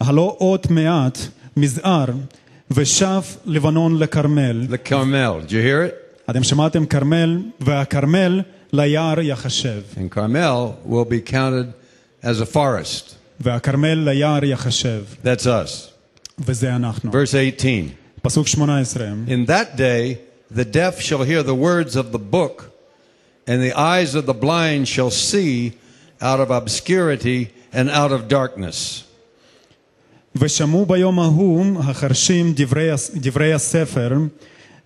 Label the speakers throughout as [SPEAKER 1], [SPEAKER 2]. [SPEAKER 1] הלא עוד מעט מזער ושב לבנון לכרמל.
[SPEAKER 2] The Carmel. Did you hear it?
[SPEAKER 1] אתם שמעתם כרמל, והכרמל ליער יחשב,
[SPEAKER 2] And Carmel will be counted as a forest.
[SPEAKER 1] והכרמל ליער יחשב,
[SPEAKER 2] That's us.
[SPEAKER 1] וזה אנחנו.
[SPEAKER 2] Verse 18.
[SPEAKER 1] פסוק 18,
[SPEAKER 2] In that day the deaf shall hear the words of the book, and the eyes of the blind shall see out of obscurity and out of darkness.
[SPEAKER 1] ושמעו ביום ההוא החרשים דברי, הס- דברי הספר,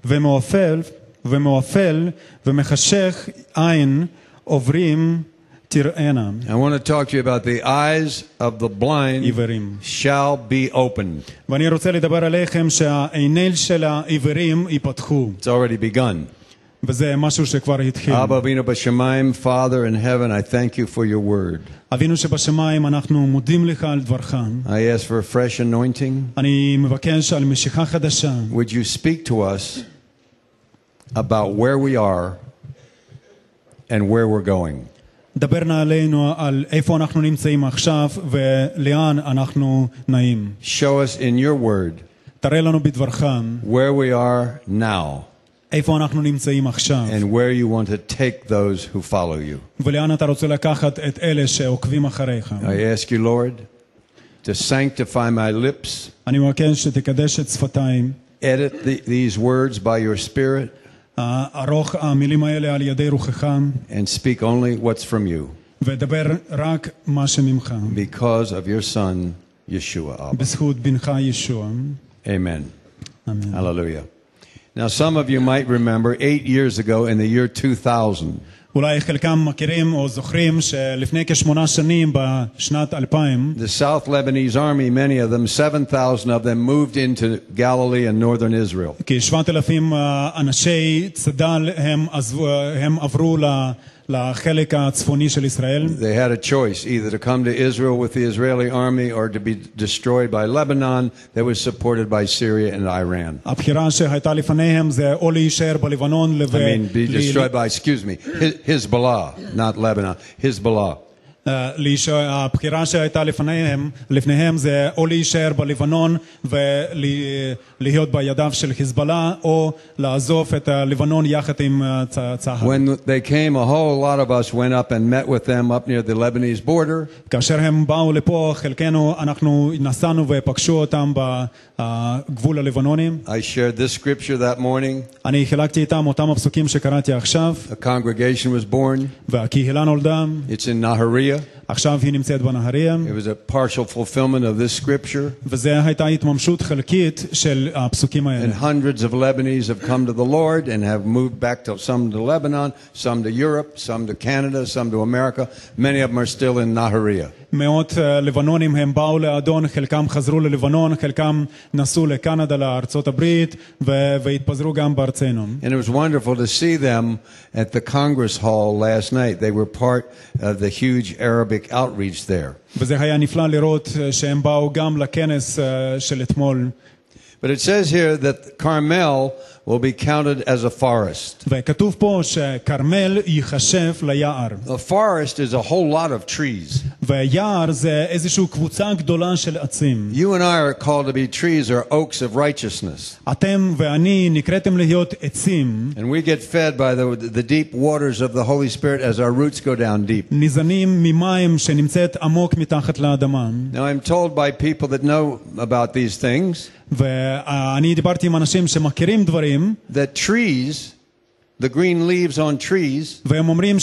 [SPEAKER 1] ומעופל, ומעופל, ומחשך עין עוברים תראינה.
[SPEAKER 2] I want to talk to you about the eyes of the blind
[SPEAKER 1] עיוורים.
[SPEAKER 2] shall be opened.
[SPEAKER 1] ואני רוצה לדבר עליכם שהעיני של העיוורים ייפתחו,
[SPEAKER 2] It's already begun.
[SPEAKER 1] וזה משהו שכבר התחיל.
[SPEAKER 2] Abba Avinu B'Shemaim, Father in heaven, I thank you for your word.
[SPEAKER 1] אבינו שבשמיים, אנחנו מודים לך על דברך.
[SPEAKER 2] I ask for a fresh anointing.
[SPEAKER 1] אני מבקש על משיכה חדשה,
[SPEAKER 2] Would you speak to us about where we are and where we're going?
[SPEAKER 1] דבר נא עלינו על איפה אנחנו נמצאים עכשיו ולאן אנחנו נעים.
[SPEAKER 2] Show us in your word
[SPEAKER 1] תראה לנו בדברך
[SPEAKER 2] where we are now
[SPEAKER 1] איפה אנחנו נמצאים עכשיו,
[SPEAKER 2] and where you want to take those who follow you.
[SPEAKER 1] ולאן אתה רוצה לקחת את אלה שעוקבים אחריך.
[SPEAKER 2] I ask you, Lord, to sanctify my lips,
[SPEAKER 1] אני מבקש שתקדש את שפתיים,
[SPEAKER 2] edit the, these words by your Spirit,
[SPEAKER 1] אה, ערוך המילים האלה על ידי רוחך,
[SPEAKER 2] and speak only what's from you
[SPEAKER 1] ודבר רק מה שממך,
[SPEAKER 2] because of your Son, Yeshua. Abba.
[SPEAKER 1] בזכות בנך ישוע.
[SPEAKER 2] Amen.
[SPEAKER 1] אמן.
[SPEAKER 2] Hallelujah. Now, some of you might remember eight years ago in the year 2000,
[SPEAKER 1] אולי חלקם מכירים או זוכרים שלפני כשמונה שנים, בשנת 2000,
[SPEAKER 2] the South Lebanese army, many of them, 7,000 of them, moved into Galilee and northern Israel.
[SPEAKER 1] כ-7,000 אה, אנשי צד"ל הם, עזבו, אה, הם עברו ל- לחלק הצפוני של ישראל.
[SPEAKER 2] They had a choice either to come to Israel with the Israeli army or to be destroyed by Lebanon that was supported by Syria and Iran.
[SPEAKER 1] הבחירה שהייתה לפניהם זה או להישאר בלבנון לב-
[SPEAKER 2] I mean, be
[SPEAKER 1] ל-
[SPEAKER 2] destroyed by, excuse me, Hi- Hezbollah, not Lebanon, Hezbollah.
[SPEAKER 1] אה, להישאר, הבחירה שהייתה לפניהם, לפניהם זה או להישאר בלבנון ולהיות בידיו של חיזבאללה או לעזוב את אה, לבנון יחד עם אה, צ- צה"ל.
[SPEAKER 2] When they came, a whole lot of us went up and met with them up near the Lebanese border.
[SPEAKER 1] כאשר הם באו לפה, חלקנו, אנחנו נסענו ופגשו אותם בגבול הלבנוני.
[SPEAKER 2] I shared this scripture that morning.
[SPEAKER 1] אני חילקתי איתם אותם הפסוקים שקראתי עכשיו,
[SPEAKER 2] A congregation was born.
[SPEAKER 1] והקהילה נולדה,
[SPEAKER 2] It's in Nahariya.
[SPEAKER 1] עכשיו היא נמצאת בנהריה,
[SPEAKER 2] It was a partial fulfillment of this scripture.
[SPEAKER 1] וזו הייתה התממשות חלקית של הפסוקים
[SPEAKER 2] And
[SPEAKER 1] האלה.
[SPEAKER 2] hundreds of Lebanese have come to the Lord and have moved back to some to Lebanon, some to Europe, some to Canada, some to America. Many of them are still in Nahariya.
[SPEAKER 1] מאות אה, לבנונים הם באו לאדון, חלקם חזרו ללבנון, חלקם נסעו לקנדה, לארצות הברית, ו- והתפזרו גם בארצנו.
[SPEAKER 2] And it was wonderful to see them at the Congress Hall last night. They were part of the huge Arabic outreach there.
[SPEAKER 1] וזה היה נפלא לראות אה, שהם באו גם לכנס אה, של אתמול.
[SPEAKER 2] But it says here that Carmel will be counted as a forest.
[SPEAKER 1] וכתוב פה שכרמל ייחשב ליער,
[SPEAKER 2] A forest is a whole lot of trees.
[SPEAKER 1] ויער זה איזושהי קבוצה גדולה של עצים.
[SPEAKER 2] You and I are called to be trees or oaks of righteousness.
[SPEAKER 1] אתם ואני נקראתם להיות עצים,
[SPEAKER 2] And we get fed by the, the deep waters of the Holy Spirit as our roots go down deep.
[SPEAKER 1] ניזונים ממים שנמצאת עמוק מתחת לאדמה.
[SPEAKER 2] Now, I'm told by people that know about these things
[SPEAKER 1] ואני דיברתי עם אנשים שמכירים דברים,
[SPEAKER 2] that trees, the green leaves on trees,
[SPEAKER 1] והם אומרים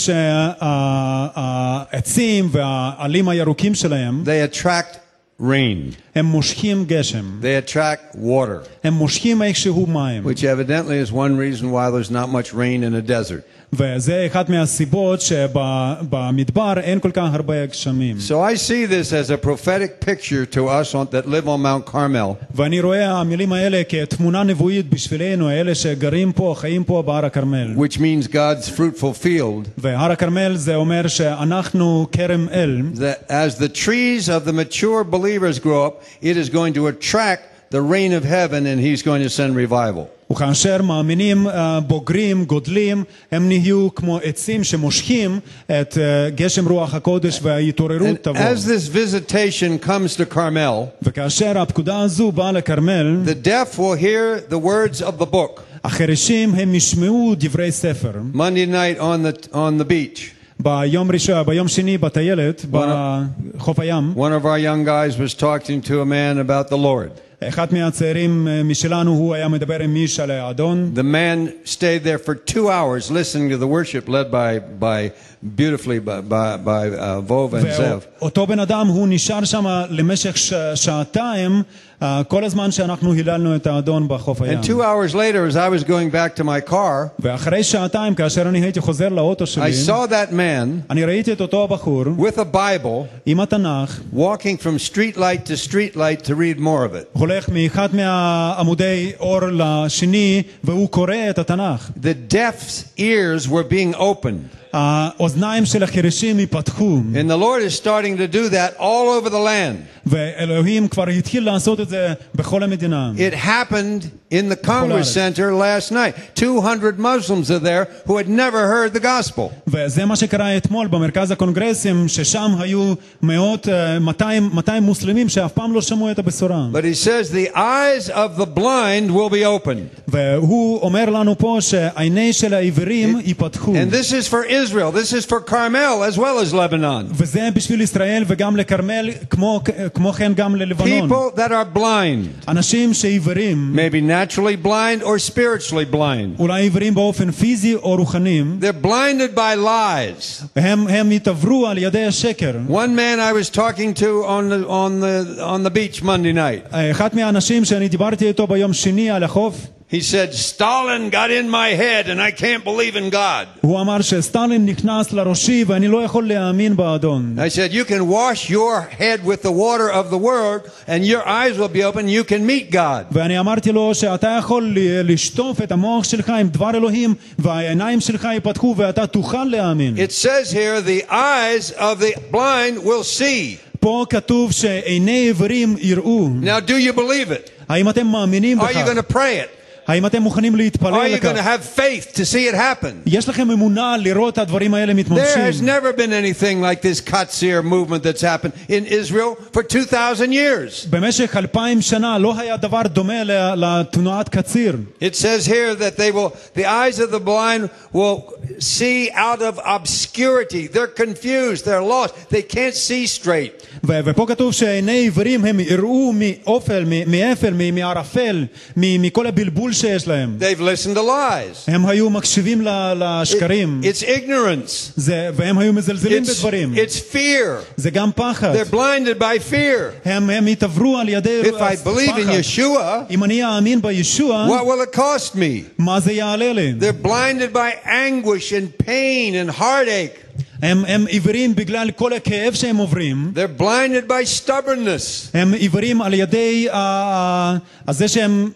[SPEAKER 1] שהעצים והעלים הירוקים שלהם,
[SPEAKER 2] they attract rain,
[SPEAKER 1] הם מושכים גשם,
[SPEAKER 2] they attract water,
[SPEAKER 1] הם מושכים איכשהו מים,
[SPEAKER 2] which evidently is one reason why there's not much rain in a desert.
[SPEAKER 1] וזה אחת מהסיבות שבמדבר אין כל כך הרבה גשמים.
[SPEAKER 2] So I see this as a prophetic picture to us on, that live on Mount Carmel
[SPEAKER 1] ואני רואה המילים האלה כתמונה נבואית בשבילנו, אלה שגרים פה, חיים פה בהר הכרמל.
[SPEAKER 2] which means God's fruitful field,
[SPEAKER 1] והר הכרמל זה אומר שאנחנו כרם אל,
[SPEAKER 2] that as the trees of the mature believers grow up, it is going to attract the rain of heaven and he's going to send revival.
[SPEAKER 1] וכאשר מאמינים אה, בוגרים, גודלים, הם נהיו כמו עצים שמושכים את אה, גשם רוח הקודש וההתעוררות
[SPEAKER 2] And
[SPEAKER 1] תבוא.
[SPEAKER 2] as this visitation comes to Carmel,
[SPEAKER 1] וכאשר הפקודה הזו באה לכרמל,
[SPEAKER 2] the deaf will hear the words of the book.
[SPEAKER 1] החרשים הם ישמעו דברי ספר.
[SPEAKER 2] Monday night on the on the beach,
[SPEAKER 1] ביום ראשון, ביום שני בטיילת, בחוף הים,
[SPEAKER 2] one of our young guys was talking to a man about the Lord.
[SPEAKER 1] אחד מהצעירים אה, משלנו, הוא היה מדבר עם איש על האדון.
[SPEAKER 2] The man stayed there for two hours listening to the worship led by by beautifully by by, by uh, Vov and Zev.
[SPEAKER 1] ואותו בן אדם, הוא נשאר שם למשך ש- שעתיים, אה, כל הזמן שאנחנו היללנו את האדון בחוף הים.
[SPEAKER 2] And two hours later, as I was going back to my car,
[SPEAKER 1] ואחרי שעתיים, כאשר אני הייתי חוזר לאוטו
[SPEAKER 2] I
[SPEAKER 1] שלי,
[SPEAKER 2] saw that man
[SPEAKER 1] אני ראיתי את אותו הבחור
[SPEAKER 2] with a Bible
[SPEAKER 1] עם התנ"ך,
[SPEAKER 2] walking from street light to street light to read more of it.
[SPEAKER 1] הולך מאחד מהעמודי אור לשני, והוא קורא את התנ"ך.
[SPEAKER 2] The deaf's ears were being opened.
[SPEAKER 1] האוזניים של החירשים ייפתחו,
[SPEAKER 2] And the Lord is starting to do that all over the land.
[SPEAKER 1] ואלוהים כבר התחיל לעשות את זה בכל המדינה.
[SPEAKER 2] It happened in the Congress Center last night. 200 Muslims are there who had never heard the gospel.
[SPEAKER 1] וזה מה שקרה אתמול במרכז הקונגרסים, ששם היו מאות, אה, 200, 200 מוסלמים שאף פעם לא שמעו את הבשורה.
[SPEAKER 2] But he says, The eyes of the blind will be opened.
[SPEAKER 1] והוא אומר לנו פה שעיני של העיוורים ייפתחו.
[SPEAKER 2] And this is for Israel. This is for Carmel as well as Lebanon.
[SPEAKER 1] וזה בשביל ישראל וגם לכרמל, כמו, כמו כן גם ללבנון.
[SPEAKER 2] People that are blind,
[SPEAKER 1] אנשים שעיוורים,
[SPEAKER 2] maybe naturally blind or spiritually blind,
[SPEAKER 1] אולי עיוורים באופן פיזי או רוחניים,
[SPEAKER 2] they're blinded by lies.
[SPEAKER 1] הם, הם התעוורו על ידי השקר.
[SPEAKER 2] One man I was talking to on the, on the, on the beach Monday night,
[SPEAKER 1] אחד מהאנשים שאני דיברתי איתו ביום שני על החוף,
[SPEAKER 2] he said, Stalin got in my head and I can't believe in God.
[SPEAKER 1] הוא אמר שסטלין נכנס לראשי ואני לא יכול להאמין באדון.
[SPEAKER 2] I said, You can wash your head with the water of the world, and your eyes will be open. You can meet God.
[SPEAKER 1] ואני אמרתי לו שאתה יכול ל- לשטוף את המוח שלך עם דבר אלוהים והעיניים שלך ייפתחו ואתה תוכל להאמין.
[SPEAKER 2] It says here, The eyes of the blind will see.
[SPEAKER 1] פה כתוב שעיני עיוורים יראו.
[SPEAKER 2] Now, do you believe it?
[SPEAKER 1] האם אתם מאמינים
[SPEAKER 2] Are you
[SPEAKER 1] בכך?
[SPEAKER 2] going to pray it?
[SPEAKER 1] האם אתם מוכנים
[SPEAKER 2] Are
[SPEAKER 1] להתפלל
[SPEAKER 2] you going to
[SPEAKER 1] לכך?
[SPEAKER 2] have faith to see it happen?
[SPEAKER 1] יש לכם אמונה לראות את הדברים האלה
[SPEAKER 2] There has
[SPEAKER 1] מתממשים.
[SPEAKER 2] never been anything like this Katsir movement that's happened in Israel for 2,000 years.
[SPEAKER 1] במשך אלפיים שנה לא היה דבר דומה ל- לתנועת קציר.
[SPEAKER 2] It says here that they will, the eyes of the blind will see out of obscurity. They're confused. They're lost. They can't see straight.
[SPEAKER 1] ו- ופה כתוב שעיני עיוורים הם יראו מאופל, מ- מאפל, מ- מערפל, מ- מכל הבלבול שיש להם.
[SPEAKER 2] They've listened to lies.
[SPEAKER 1] הם היו מקשיבים ל-
[SPEAKER 2] It-
[SPEAKER 1] לשקרים,
[SPEAKER 2] it's ignorance.
[SPEAKER 1] זה- והם היו מזלזלים
[SPEAKER 2] It's,
[SPEAKER 1] בדברים.
[SPEAKER 2] it's fear.
[SPEAKER 1] זה גם פחד.
[SPEAKER 2] They're blinded by fear.
[SPEAKER 1] הם הם התעוורו על ידי
[SPEAKER 2] If I
[SPEAKER 1] הפחד.
[SPEAKER 2] believe in Yeshua,
[SPEAKER 1] אם אני אאמין בישוע,
[SPEAKER 2] what will it cost me?
[SPEAKER 1] מה זה יעלה לי?
[SPEAKER 2] They're blinded by anguish and pain and heartache.
[SPEAKER 1] הם הם עיוורים בגלל כל הכאב שהם עוברים.
[SPEAKER 2] They're blinded by stubbornness.
[SPEAKER 1] הם עיוורים על ידי ה- ה- ה- זה שהם...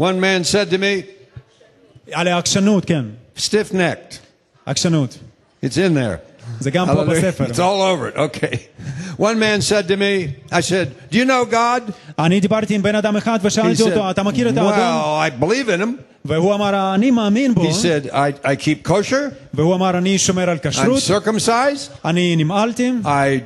[SPEAKER 2] One man said to me,
[SPEAKER 1] על העקשנות, כן.
[SPEAKER 2] stiff necked.
[SPEAKER 1] עקשנות.
[SPEAKER 2] It's in there.
[SPEAKER 1] זה גם פה
[SPEAKER 2] Hallelujah.
[SPEAKER 1] בספר.
[SPEAKER 2] It's all over it. Okay. One man said to me, I said, Do you know God?
[SPEAKER 1] אני דיברתי עם בן אדם אחד
[SPEAKER 2] He
[SPEAKER 1] ושאלתי
[SPEAKER 2] said,
[SPEAKER 1] אותו, אתה מכיר את האדון?
[SPEAKER 2] Well, I believe in him.
[SPEAKER 1] והוא אמר, אני מאמין בו.
[SPEAKER 2] He said, I, I keep kosher.
[SPEAKER 1] והוא אמר, אני שומר על
[SPEAKER 2] I'm
[SPEAKER 1] כשרות,
[SPEAKER 2] circumcised.
[SPEAKER 1] אני נמעלתי,
[SPEAKER 2] I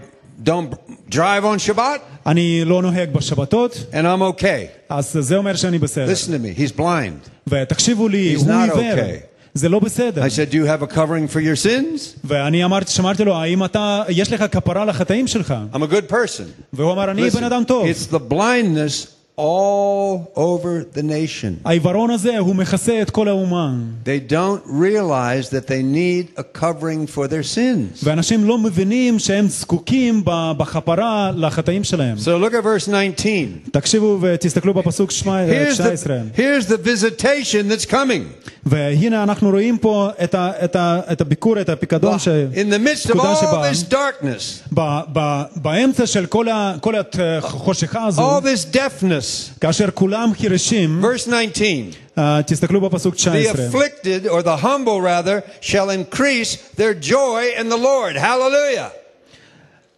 [SPEAKER 2] don't drive on Shabbat.
[SPEAKER 1] אני לא נוהג בשבתות,
[SPEAKER 2] And I'm okay.
[SPEAKER 1] אז זה אומר שאני בסדר.
[SPEAKER 2] Listen to me. He's blind.
[SPEAKER 1] ותקשיבו לי,
[SPEAKER 2] He's
[SPEAKER 1] הוא
[SPEAKER 2] not
[SPEAKER 1] עיוור.
[SPEAKER 2] okay.
[SPEAKER 1] זה לא בסדר.
[SPEAKER 2] I said, Do you have a covering for your sins?
[SPEAKER 1] ואני אמרתי, שמרתי לו, האם אתה, יש לך כפרה לחטאים שלך?
[SPEAKER 2] I'm a good person.
[SPEAKER 1] והוא אמר, אני
[SPEAKER 2] Listen,
[SPEAKER 1] בן אדם טוב.
[SPEAKER 2] it's the blindness all over the nation.
[SPEAKER 1] העיוורון הזה, הוא מכסה את כל האומה.
[SPEAKER 2] They don't realize that they need a covering for their sins.
[SPEAKER 1] ואנשים לא מבינים שהם זקוקים ב- בכפרה לחטאים שלהם.
[SPEAKER 2] So look at verse 19.
[SPEAKER 1] תקשיבו ותסתכלו בפסוק שמע-
[SPEAKER 2] Here's
[SPEAKER 1] 19.
[SPEAKER 2] the, here's the visitation that's coming.
[SPEAKER 1] והנה אנחנו רואים פה את, ה, את, ה, את הביקור, את הפיקדון, ש...
[SPEAKER 2] In the midst of
[SPEAKER 1] פקודה
[SPEAKER 2] all
[SPEAKER 1] שבאה,
[SPEAKER 2] this darkness,
[SPEAKER 1] ב, ב, באמצע של כל, ה, כל החושכה הזו,
[SPEAKER 2] all this deafness.
[SPEAKER 1] כאשר כולם חירשים,
[SPEAKER 2] Verse 19.
[SPEAKER 1] אה, תסתכלו בפסוק
[SPEAKER 2] The
[SPEAKER 1] 19.
[SPEAKER 2] afflicted, or the humble rather, shall increase their joy in the Lord. Hallelujah.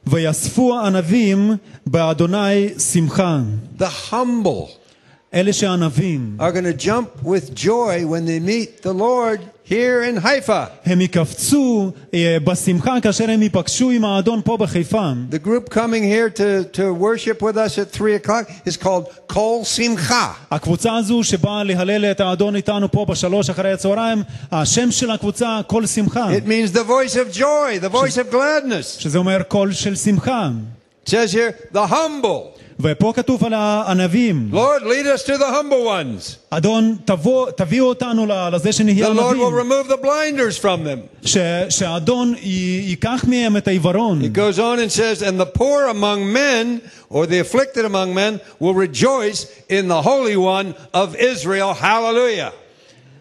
[SPEAKER 1] ויאספו הענבים באדוני שמחה.
[SPEAKER 2] The humble.
[SPEAKER 1] אלה שענבים,
[SPEAKER 2] are going to jump with joy when they meet the Lord here in Haifa.
[SPEAKER 1] הם יקפצו אה, בשמחה כאשר הם ייפגשו עם האדון פה בחיפה.
[SPEAKER 2] The group coming here to, to worship with us at 3 o'clock is called Kol Simcha.
[SPEAKER 1] הקבוצה הזו שבאה להלל את האדון איתנו פה בשלוש אחרי הצהריים, השם של הקבוצה קול שמחה,
[SPEAKER 2] It means the voice of joy, the voice of gladness.
[SPEAKER 1] שזה אומר קול של שמחה.
[SPEAKER 2] It says here, the humble.
[SPEAKER 1] ופה כתוב על הענבים,
[SPEAKER 2] Lord, lead us to the humble ones.
[SPEAKER 1] אדון תבוא, תביאו אותנו ל- לזה שנהיה
[SPEAKER 2] The Lord
[SPEAKER 1] ענבים,
[SPEAKER 2] will remove the blinders from them.
[SPEAKER 1] ש, שהאדון י- ייקח מהם את העיוורון.
[SPEAKER 2] It goes on and says, And the poor among men, or the afflicted among men, will rejoice in the Holy One of Israel. Hallelujah.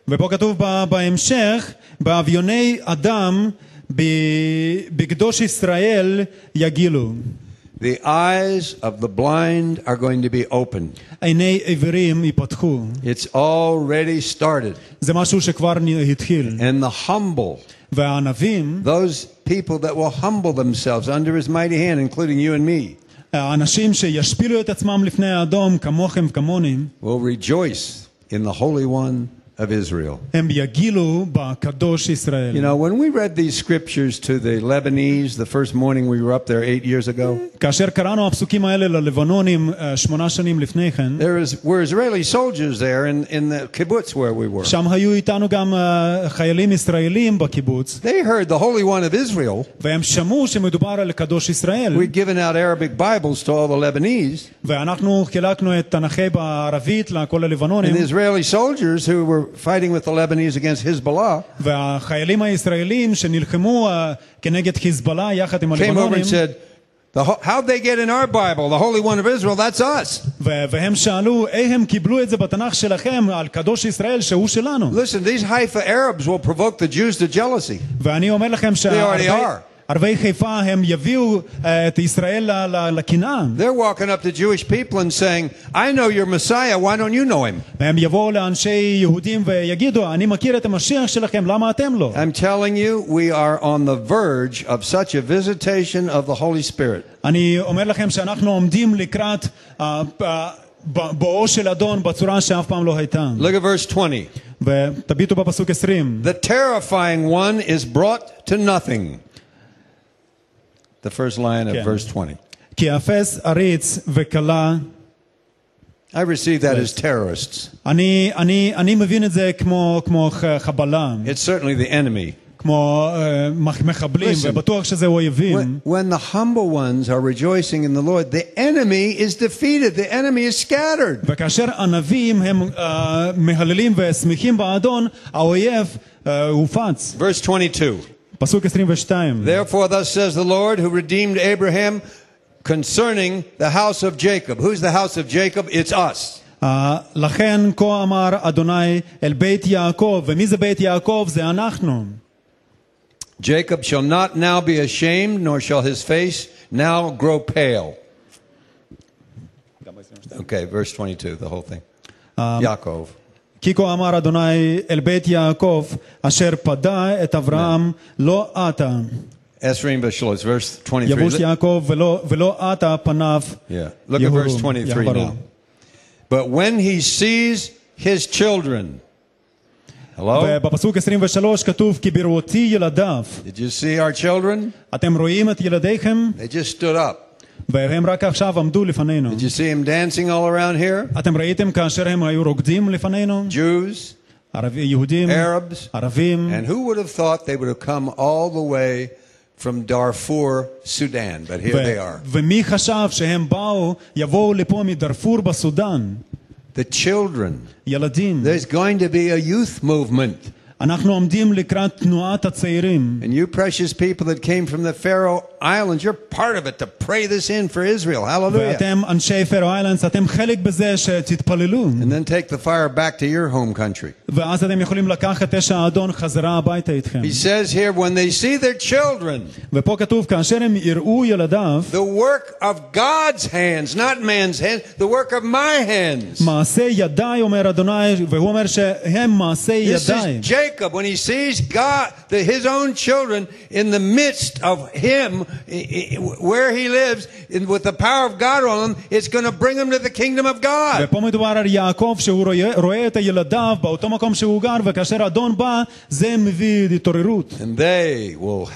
[SPEAKER 1] ופה כתוב ב- בהמשך, באביוני אדם, ב- בקדוש ישראל יגילו.
[SPEAKER 2] The eyes of the blind are going to be opened.
[SPEAKER 1] עיני עיוורים ייפתחו.
[SPEAKER 2] It's already started.
[SPEAKER 1] זה משהו שכבר נ- התחיל.
[SPEAKER 2] And the humble,
[SPEAKER 1] והענבים,
[SPEAKER 2] those people that will humble themselves under his mighty hand, including you and me,
[SPEAKER 1] האנשים שישפילו את עצמם לפני האדום, כמוכם וכמוני,
[SPEAKER 2] will rejoice in the Holy One of Israel.
[SPEAKER 1] הם יגילו בקדוש ישראל.
[SPEAKER 2] You know, when we read these scriptures to the Lebanese the first morning we were up there eight years ago,
[SPEAKER 1] כאשר קראנו הפסוקים האלה ללבנונים אה, שמונה שנים לפני כן,
[SPEAKER 2] there is, were Israeli soldiers there in, in the kibbutz where we were.
[SPEAKER 1] שם היו איתנו גם אה, חיילים ישראלים בקיבוץ,
[SPEAKER 2] They heard the Holy One of Israel.
[SPEAKER 1] והם שמעו שמדובר על קדוש ישראל,
[SPEAKER 2] We'd given out Arabic Bibles to all the Lebanese.
[SPEAKER 1] ואנחנו חילקנו את תנ"כי בערבית לכל הלבנונים,
[SPEAKER 2] And the Israeli soldiers who were fighting with the Lebanese against Hezbollah
[SPEAKER 1] והחיילים הישראלים שנלחמו אה, כנגד חיזבאללה יחד עם
[SPEAKER 2] came over
[SPEAKER 1] הלבנונים,
[SPEAKER 2] and said, the, ho- How'd they get in our Bible, the Holy One of Israel? That's us.
[SPEAKER 1] ו- והם שאלו, איך הם קיבלו את זה בתנ"ך שלכם על קדוש ישראל שהוא שלנו?
[SPEAKER 2] Listen, these Haifa Arabs will provoke the Jews to jealousy.
[SPEAKER 1] ואני אומר לכם
[SPEAKER 2] already are.
[SPEAKER 1] שערבי חיפה הם יביאו אה, את ישראל ל- ל- לקנאה,
[SPEAKER 2] They're walking up to Jewish people and saying, I know your Messiah, why don't you know him?
[SPEAKER 1] והם יבואו לאנשי יהודים ויגידו, אני מכיר את המשיח שלכם, למה אתם לא?
[SPEAKER 2] I'm telling you, we are on the verge of such a visitation of the Holy Spirit.
[SPEAKER 1] אני אומר לכם שאנחנו עומדים לקראת אה, אה, ב- בואו של אדון בצורה שאף פעם לא הייתה.
[SPEAKER 2] Look at verse 20.
[SPEAKER 1] ותביטו בפסוק 20.
[SPEAKER 2] The terrifying one is brought to nothing. The first line of
[SPEAKER 1] Okay.
[SPEAKER 2] verse 20.
[SPEAKER 1] כי אפס עריץ וקלה,
[SPEAKER 2] I received that as terrorists.
[SPEAKER 1] אני, אני, אני מבין את זה כמו, כמו ח- חבלה,
[SPEAKER 2] It's certainly the enemy.
[SPEAKER 1] כמו אה, מח- מחבלים,
[SPEAKER 2] Listen.
[SPEAKER 1] ובטוח שזה אויבים.
[SPEAKER 2] When, when the humble ones are rejoicing in the Lord, the enemy is defeated. The enemy is scattered.
[SPEAKER 1] וכאשר ענבים הם אה, מהללים ושמחים באדון, האויב אה, הופץ.
[SPEAKER 2] Verse 22.
[SPEAKER 1] פסוק 22.
[SPEAKER 2] Therefore, thus says the Lord who redeemed Abraham concerning the house of Jacob. Who's the house of Jacob? It's us.
[SPEAKER 1] אה, לכן כה אמר אדוני אל בית יעקב, ומי זה בית יעקב? זה אנחנו.
[SPEAKER 2] Jacob shall not now be ashamed, nor shall his face now grow pale. Okay, verse 22, the whole thing. Yaakov.
[SPEAKER 1] כי כה אמר אדוני אל בית יעקב, אשר פדה את אברהם,
[SPEAKER 2] כן.
[SPEAKER 1] לא עתה.
[SPEAKER 2] Esrim Bashalois, verse 23.
[SPEAKER 1] יבוש יעקב ולא, ולא עתה פניו.
[SPEAKER 2] Yeah. Look at
[SPEAKER 1] יהורו,
[SPEAKER 2] verse 23
[SPEAKER 1] יחברו.
[SPEAKER 2] now. But when he sees his children. Hello?
[SPEAKER 1] ובפסוק 23 כתוב, כי בראותי ילדיו.
[SPEAKER 2] Did you see our children?
[SPEAKER 1] אתם רואים את ילדיכם?
[SPEAKER 2] They just stood up.
[SPEAKER 1] והם רק עכשיו עמדו לפנינו.
[SPEAKER 2] Did you see them dancing all around here?
[SPEAKER 1] אתם ראיתם כאשר הם היו רוקדים לפנינו?
[SPEAKER 2] Jews,
[SPEAKER 1] ערבי, יהודים,
[SPEAKER 2] Arabs.
[SPEAKER 1] ערבים.
[SPEAKER 2] And who would have thought they would have come all the way from Darfur, Sudan? But here
[SPEAKER 1] ו-
[SPEAKER 2] they are.
[SPEAKER 1] ומי חשב שהם באו, יבואו לפה מדארפור בסודאן?
[SPEAKER 2] The children.
[SPEAKER 1] ילדים.
[SPEAKER 2] There's going to be a youth movement.
[SPEAKER 1] אנחנו עומדים לקראת תנועת הצעירים.
[SPEAKER 2] And you precious people that came from the Faroe Islands, you're part of it to pray this in for Israel. Hallelujah.
[SPEAKER 1] ואתם אנשי פרו איילנדס, אתם חלק בזה שתתפללו.
[SPEAKER 2] And then take the fire back to your home country.
[SPEAKER 1] ואז אתם יכולים לקחת אש האדון חזרה הביתה איתכם.
[SPEAKER 2] He says here, when they see their children,
[SPEAKER 1] ופה כתוב, כאשר הם יראו ילדיו,
[SPEAKER 2] the work of God's hands, not man's hands, the work of my hands.
[SPEAKER 1] מעשה ידיי, אומר אדוני, והוא אומר שהם מעשה
[SPEAKER 2] This
[SPEAKER 1] ידיי.
[SPEAKER 2] is Jacob when he sees God, the, his own children, in the midst of him i- i- where he lives, and with the power of God on him, it's going to bring him to the kingdom of God.
[SPEAKER 1] ופה מדובר על יעקב שהוא רואה, רואה את ילדיו באותו מקום שהוא גר וכאשר אדון בא זה מביא התעוררות
[SPEAKER 2] And they will,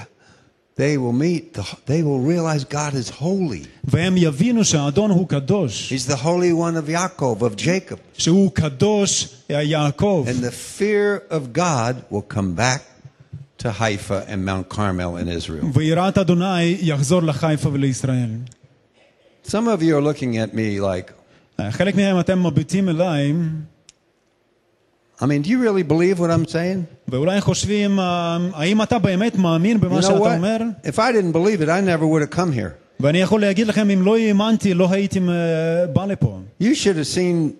[SPEAKER 2] they will meet. The, they will realize God is holy.
[SPEAKER 1] והם יבינו שהאדון הוא קדוש
[SPEAKER 2] He's the holy one of Yaakov, of Jacob.
[SPEAKER 1] שהוא קדוש אה, יעקב
[SPEAKER 2] And the fear of God will come back to Haifa and Mount Carmel in Israel.
[SPEAKER 1] ויראת אדוני יחזור לחיפה ולישראל.
[SPEAKER 2] Some of you are looking at me like,
[SPEAKER 1] אה, חלק מהם אתם מביטים אליי
[SPEAKER 2] I mean, do you really believe what I'm saying?
[SPEAKER 1] ואולי חושבים אה, האם אתה באמת מאמין
[SPEAKER 2] You
[SPEAKER 1] במה
[SPEAKER 2] know
[SPEAKER 1] שאתה אומר?
[SPEAKER 2] what? If I didn't believe it, I never would have come here.
[SPEAKER 1] ואני יכול להגיד לכם אם לא האמנתי לא הייתי אה, בא לפה.
[SPEAKER 2] You should have seen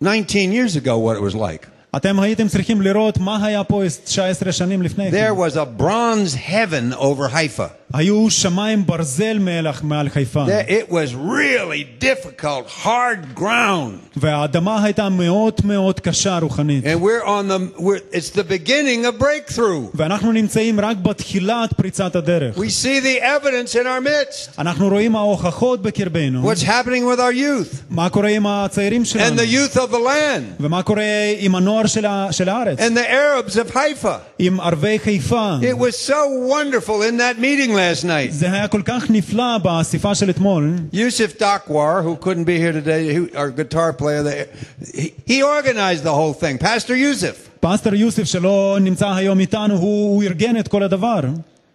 [SPEAKER 2] 19 years ago what it was like.
[SPEAKER 1] אתם הייתם צריכים לראות מה היה פה 19 שנים לפני כן.
[SPEAKER 2] There was a bronze heaven over Haifa.
[SPEAKER 1] היו שמיים ברזל מלח מעל חיפה,
[SPEAKER 2] There- It was really difficult, hard ground.
[SPEAKER 1] והאדמה הייתה מאוד מאוד קשה רוחנית.
[SPEAKER 2] And we're on the, we're, it's the beginning of breakthrough.
[SPEAKER 1] ואנחנו נמצאים רק בתחילת פריצת הדרך.
[SPEAKER 2] We see the evidence in our midst.
[SPEAKER 1] אנחנו רואים ההוכחות בקרבנו,
[SPEAKER 2] What's happening with our youth
[SPEAKER 1] מה קורה עם הצעירים
[SPEAKER 2] and
[SPEAKER 1] שלנו,
[SPEAKER 2] the youth of the land
[SPEAKER 1] ומה קורה עם הנוער של ה- של הארץ,
[SPEAKER 2] and the Arabs of Haifa.
[SPEAKER 1] עם ערבי חיפה.
[SPEAKER 2] It was so wonderful in that meeting last night.
[SPEAKER 1] זה היה כל כך נפלא באספה של אתמול.
[SPEAKER 2] Yusuf Dakwar, who couldn't be here today, who, our guitar player, there, he, he organized the whole thing. Pastor Yusuf,
[SPEAKER 1] פסטר יוסף שלא נמצא היום איתנו, הוא הוא ארגן את כל הדבר.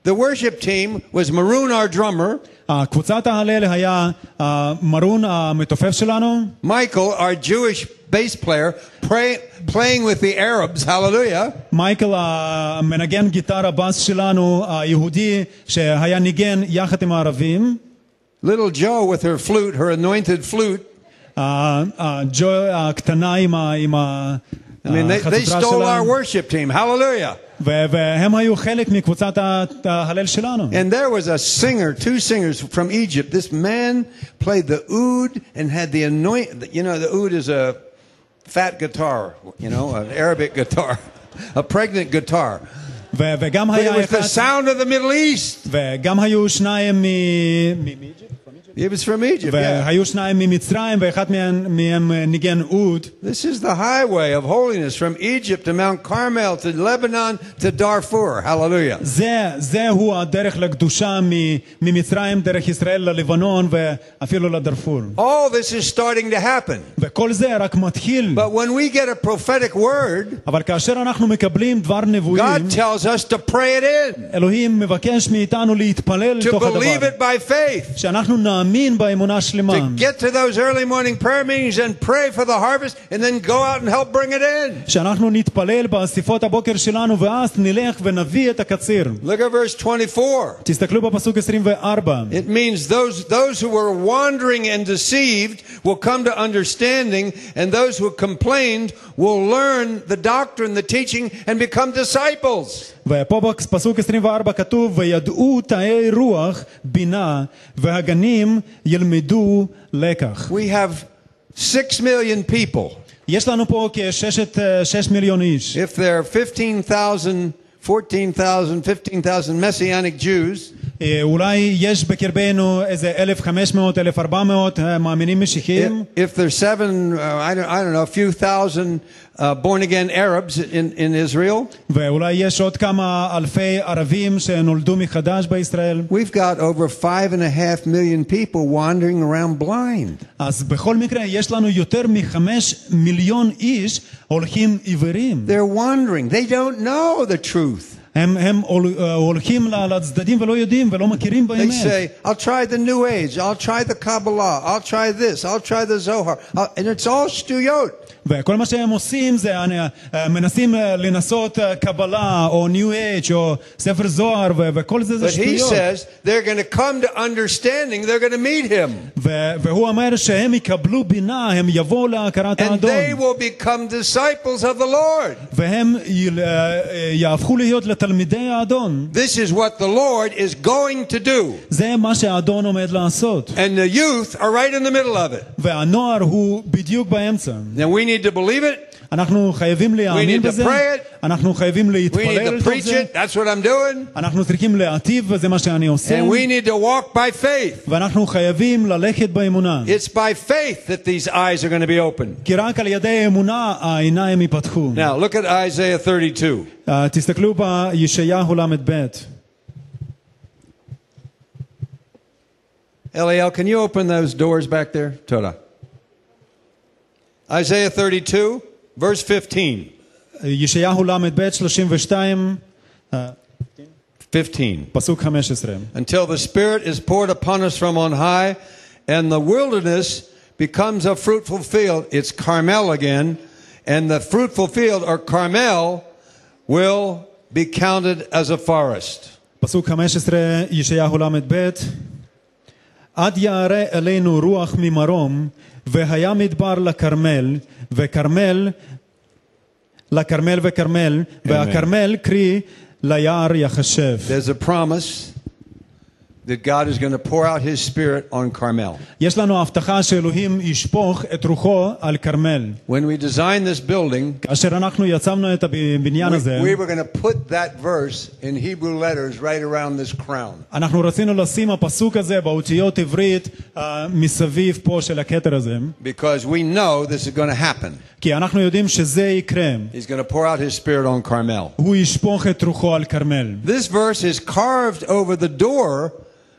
[SPEAKER 2] the worship team was Maroon, our drummer,
[SPEAKER 1] אה, קבוצת ההלל היה אה, מרון המתופף שלנו,
[SPEAKER 2] Michael, our Jewish bass player, pray, playing with the Arabs. Hallelujah.
[SPEAKER 1] מייקל המנגן גיטרה בס שלנו, היהודי, שהיה ניגן יחד עם הערבים,
[SPEAKER 2] Little Joe with her flute, her anointed flute.
[SPEAKER 1] אה, אה, ג'ו הקטנה עם ה- עם ה-
[SPEAKER 2] I
[SPEAKER 1] Uh,
[SPEAKER 2] mean, they, they
[SPEAKER 1] החצוצרה
[SPEAKER 2] stole our
[SPEAKER 1] שלה,
[SPEAKER 2] worship team. Hallelujah.
[SPEAKER 1] ו- והם היו חלק מקבוצת ה- ההלל שלנו.
[SPEAKER 2] And there was a singer, two singers from Egypt. This man played the oud and had the anoint. You know, the oud is a fat guitar, you know, an Arabic guitar, a pregnant guitar.
[SPEAKER 1] ו- וגם
[SPEAKER 2] But it
[SPEAKER 1] היה
[SPEAKER 2] was the
[SPEAKER 1] אחד,
[SPEAKER 2] sound of the Middle East. from
[SPEAKER 1] וגם היו שניים מ- מ- מאיג'פט,
[SPEAKER 2] It was from Egypt. Yeah.
[SPEAKER 1] והיו שניים ממצרים, ואחד מהם- מהם ניגן אוד.
[SPEAKER 2] This is the highway of holiness from Egypt to Mount Carmel to Lebanon to Darfur. Hallelujah.
[SPEAKER 1] זה, זה הוא הדרך לקדושה מ- ממצרים, דרך ישראל ללבנון ואפילו לדארפור.
[SPEAKER 2] All this is starting to happen.
[SPEAKER 1] וכל זה רק מתחיל.
[SPEAKER 2] But when we get a prophetic word,
[SPEAKER 1] אבל כאשר אנחנו מקבלים דבר נבואים,
[SPEAKER 2] God tells us to pray it in,
[SPEAKER 1] אלוהים מבקש מאיתנו להתפלל
[SPEAKER 2] to
[SPEAKER 1] לתוך
[SPEAKER 2] believe
[SPEAKER 1] הדבר.
[SPEAKER 2] it by faith.
[SPEAKER 1] שאנחנו נאמין באמונה שלמה.
[SPEAKER 2] to get to those early morning prayer meetings and pray for the harvest and then go out and help bring it in.
[SPEAKER 1] שאנחנו נתפלל באספות הבוקר שלנו ואז נלך ונביא את הקציר.
[SPEAKER 2] Look at verse 24.
[SPEAKER 1] תסתכלו בפסוק 24.
[SPEAKER 2] It means those, those who were wandering and deceived will come to understanding, and those who complained will learn the doctrine, the teaching, and become disciples.
[SPEAKER 1] ופה בפסוק 24 כתוב, וידעו תאי רוח בינה והגנים ילמדו לקח.
[SPEAKER 2] We have six million people.
[SPEAKER 1] יש לנו פה כששת, אה, שש מיליון איש.
[SPEAKER 2] If there are 15,000, 14,000, 15,000 Messianic Jews,
[SPEAKER 1] אה, אולי יש בקרבנו איזה 1,500, 1,400 אה, מאמינים משיחיים.
[SPEAKER 2] If, if there's seven, uh, I, don't, I don't know, a few thousand uh, born again Arabs in, in Israel,
[SPEAKER 1] ואולי יש עוד כמה אלפי ערבים שנולדו מחדש בישראל.
[SPEAKER 2] we've got over five and a half million people wandering around blind.
[SPEAKER 1] אז בכל מקרה, יש לנו יותר מחמש מיליון איש הולכים עיוורים.
[SPEAKER 2] They're wandering. They don't know the truth.
[SPEAKER 1] הם, הם הול- אה, הולכים ל- לצדדים ולא יודעים ולא מכירים
[SPEAKER 2] They
[SPEAKER 1] באמת.
[SPEAKER 2] say, I'll try the New Age. I'll try the Kabbalah. I'll try this. I'll try the Zohar. I'll, and it's all shtuyot.
[SPEAKER 1] וכל מה שהם עושים זה אה, אה, מנסים אה, לנסות אה, קבלה או ניו אייג' או ספר זוהר ו- וכל זה זה
[SPEAKER 2] But he
[SPEAKER 1] שטויות.
[SPEAKER 2] says they're going to come to understanding. They're going to meet him.
[SPEAKER 1] ו- והוא אומר שהם יקבלו בינה, הם יבואו להכרת
[SPEAKER 2] And
[SPEAKER 1] האדון.
[SPEAKER 2] they will become disciples of the Lord.
[SPEAKER 1] והם יל- אה, אה, יהפכו להיות לתלמידי האדון.
[SPEAKER 2] This is what the Lord is going to do.
[SPEAKER 1] זה מה שהאדון עומד לעשות.
[SPEAKER 2] And the youth are right in the middle of it.
[SPEAKER 1] והנוער הוא בדיוק באמצע.
[SPEAKER 2] Now we need to believe it
[SPEAKER 1] אנחנו חייבים להאמין
[SPEAKER 2] need to
[SPEAKER 1] בזה,
[SPEAKER 2] pray it.
[SPEAKER 1] אנחנו חייבים
[SPEAKER 2] We need
[SPEAKER 1] להתפלל
[SPEAKER 2] to
[SPEAKER 1] לתוך
[SPEAKER 2] preach
[SPEAKER 1] זה,
[SPEAKER 2] it. That's what I'm doing.
[SPEAKER 1] אנחנו צריכים להטיב וזה מה שאני עושה,
[SPEAKER 2] And we need to walk by faith.
[SPEAKER 1] ואנחנו חייבים ללכת באמונה,
[SPEAKER 2] It's by faith that these eyes are going to be open.
[SPEAKER 1] כי רק על ידי אמונה העיניים ייפתחו.
[SPEAKER 2] Now, look at Isaiah 32.
[SPEAKER 1] אה, תסתכלו בישעיהו ל"ב.
[SPEAKER 2] Eliel, can you open those doors back there? Toda. Isaiah 32, verse 15.
[SPEAKER 1] ישעיהו ל"ב 32,
[SPEAKER 2] 15.
[SPEAKER 1] פסוק 15.
[SPEAKER 2] Until the Spirit is poured upon us from on high, and the wilderness becomes a fruitful field. It's Carmel again, and the fruitful field, or Carmel, will be counted as a forest.
[SPEAKER 1] פסוק 15, ישעיהו ל"ב: עד יערה אלינו רוח ממרום, והיה מדבר לכרמל, וכרמל, לכרמל וכרמל, והכרמל קרי ליער יחשב.
[SPEAKER 2] There's a promise that God is going to pour out His Spirit on Carmel.
[SPEAKER 1] יש לנו הבטחה שאלוהים ישפוך את רוחו על כרמל.
[SPEAKER 2] When we designed this building,
[SPEAKER 1] כאשר אנחנו יצמנו את הבניין הזה,
[SPEAKER 2] we, we were going to put that verse in Hebrew letters right around this crown.
[SPEAKER 1] אנחנו רצינו לשים הפסוק הזה באותיות עברית אה, מסביב פה של הכתר הזה,
[SPEAKER 2] Because we know this is going to happen.
[SPEAKER 1] כי אנחנו יודעים שזה יקרה.
[SPEAKER 2] He's going to pour out his spirit on Carmel.
[SPEAKER 1] הוא ישפוך את רוחו על כרמל.
[SPEAKER 2] This verse is carved over the door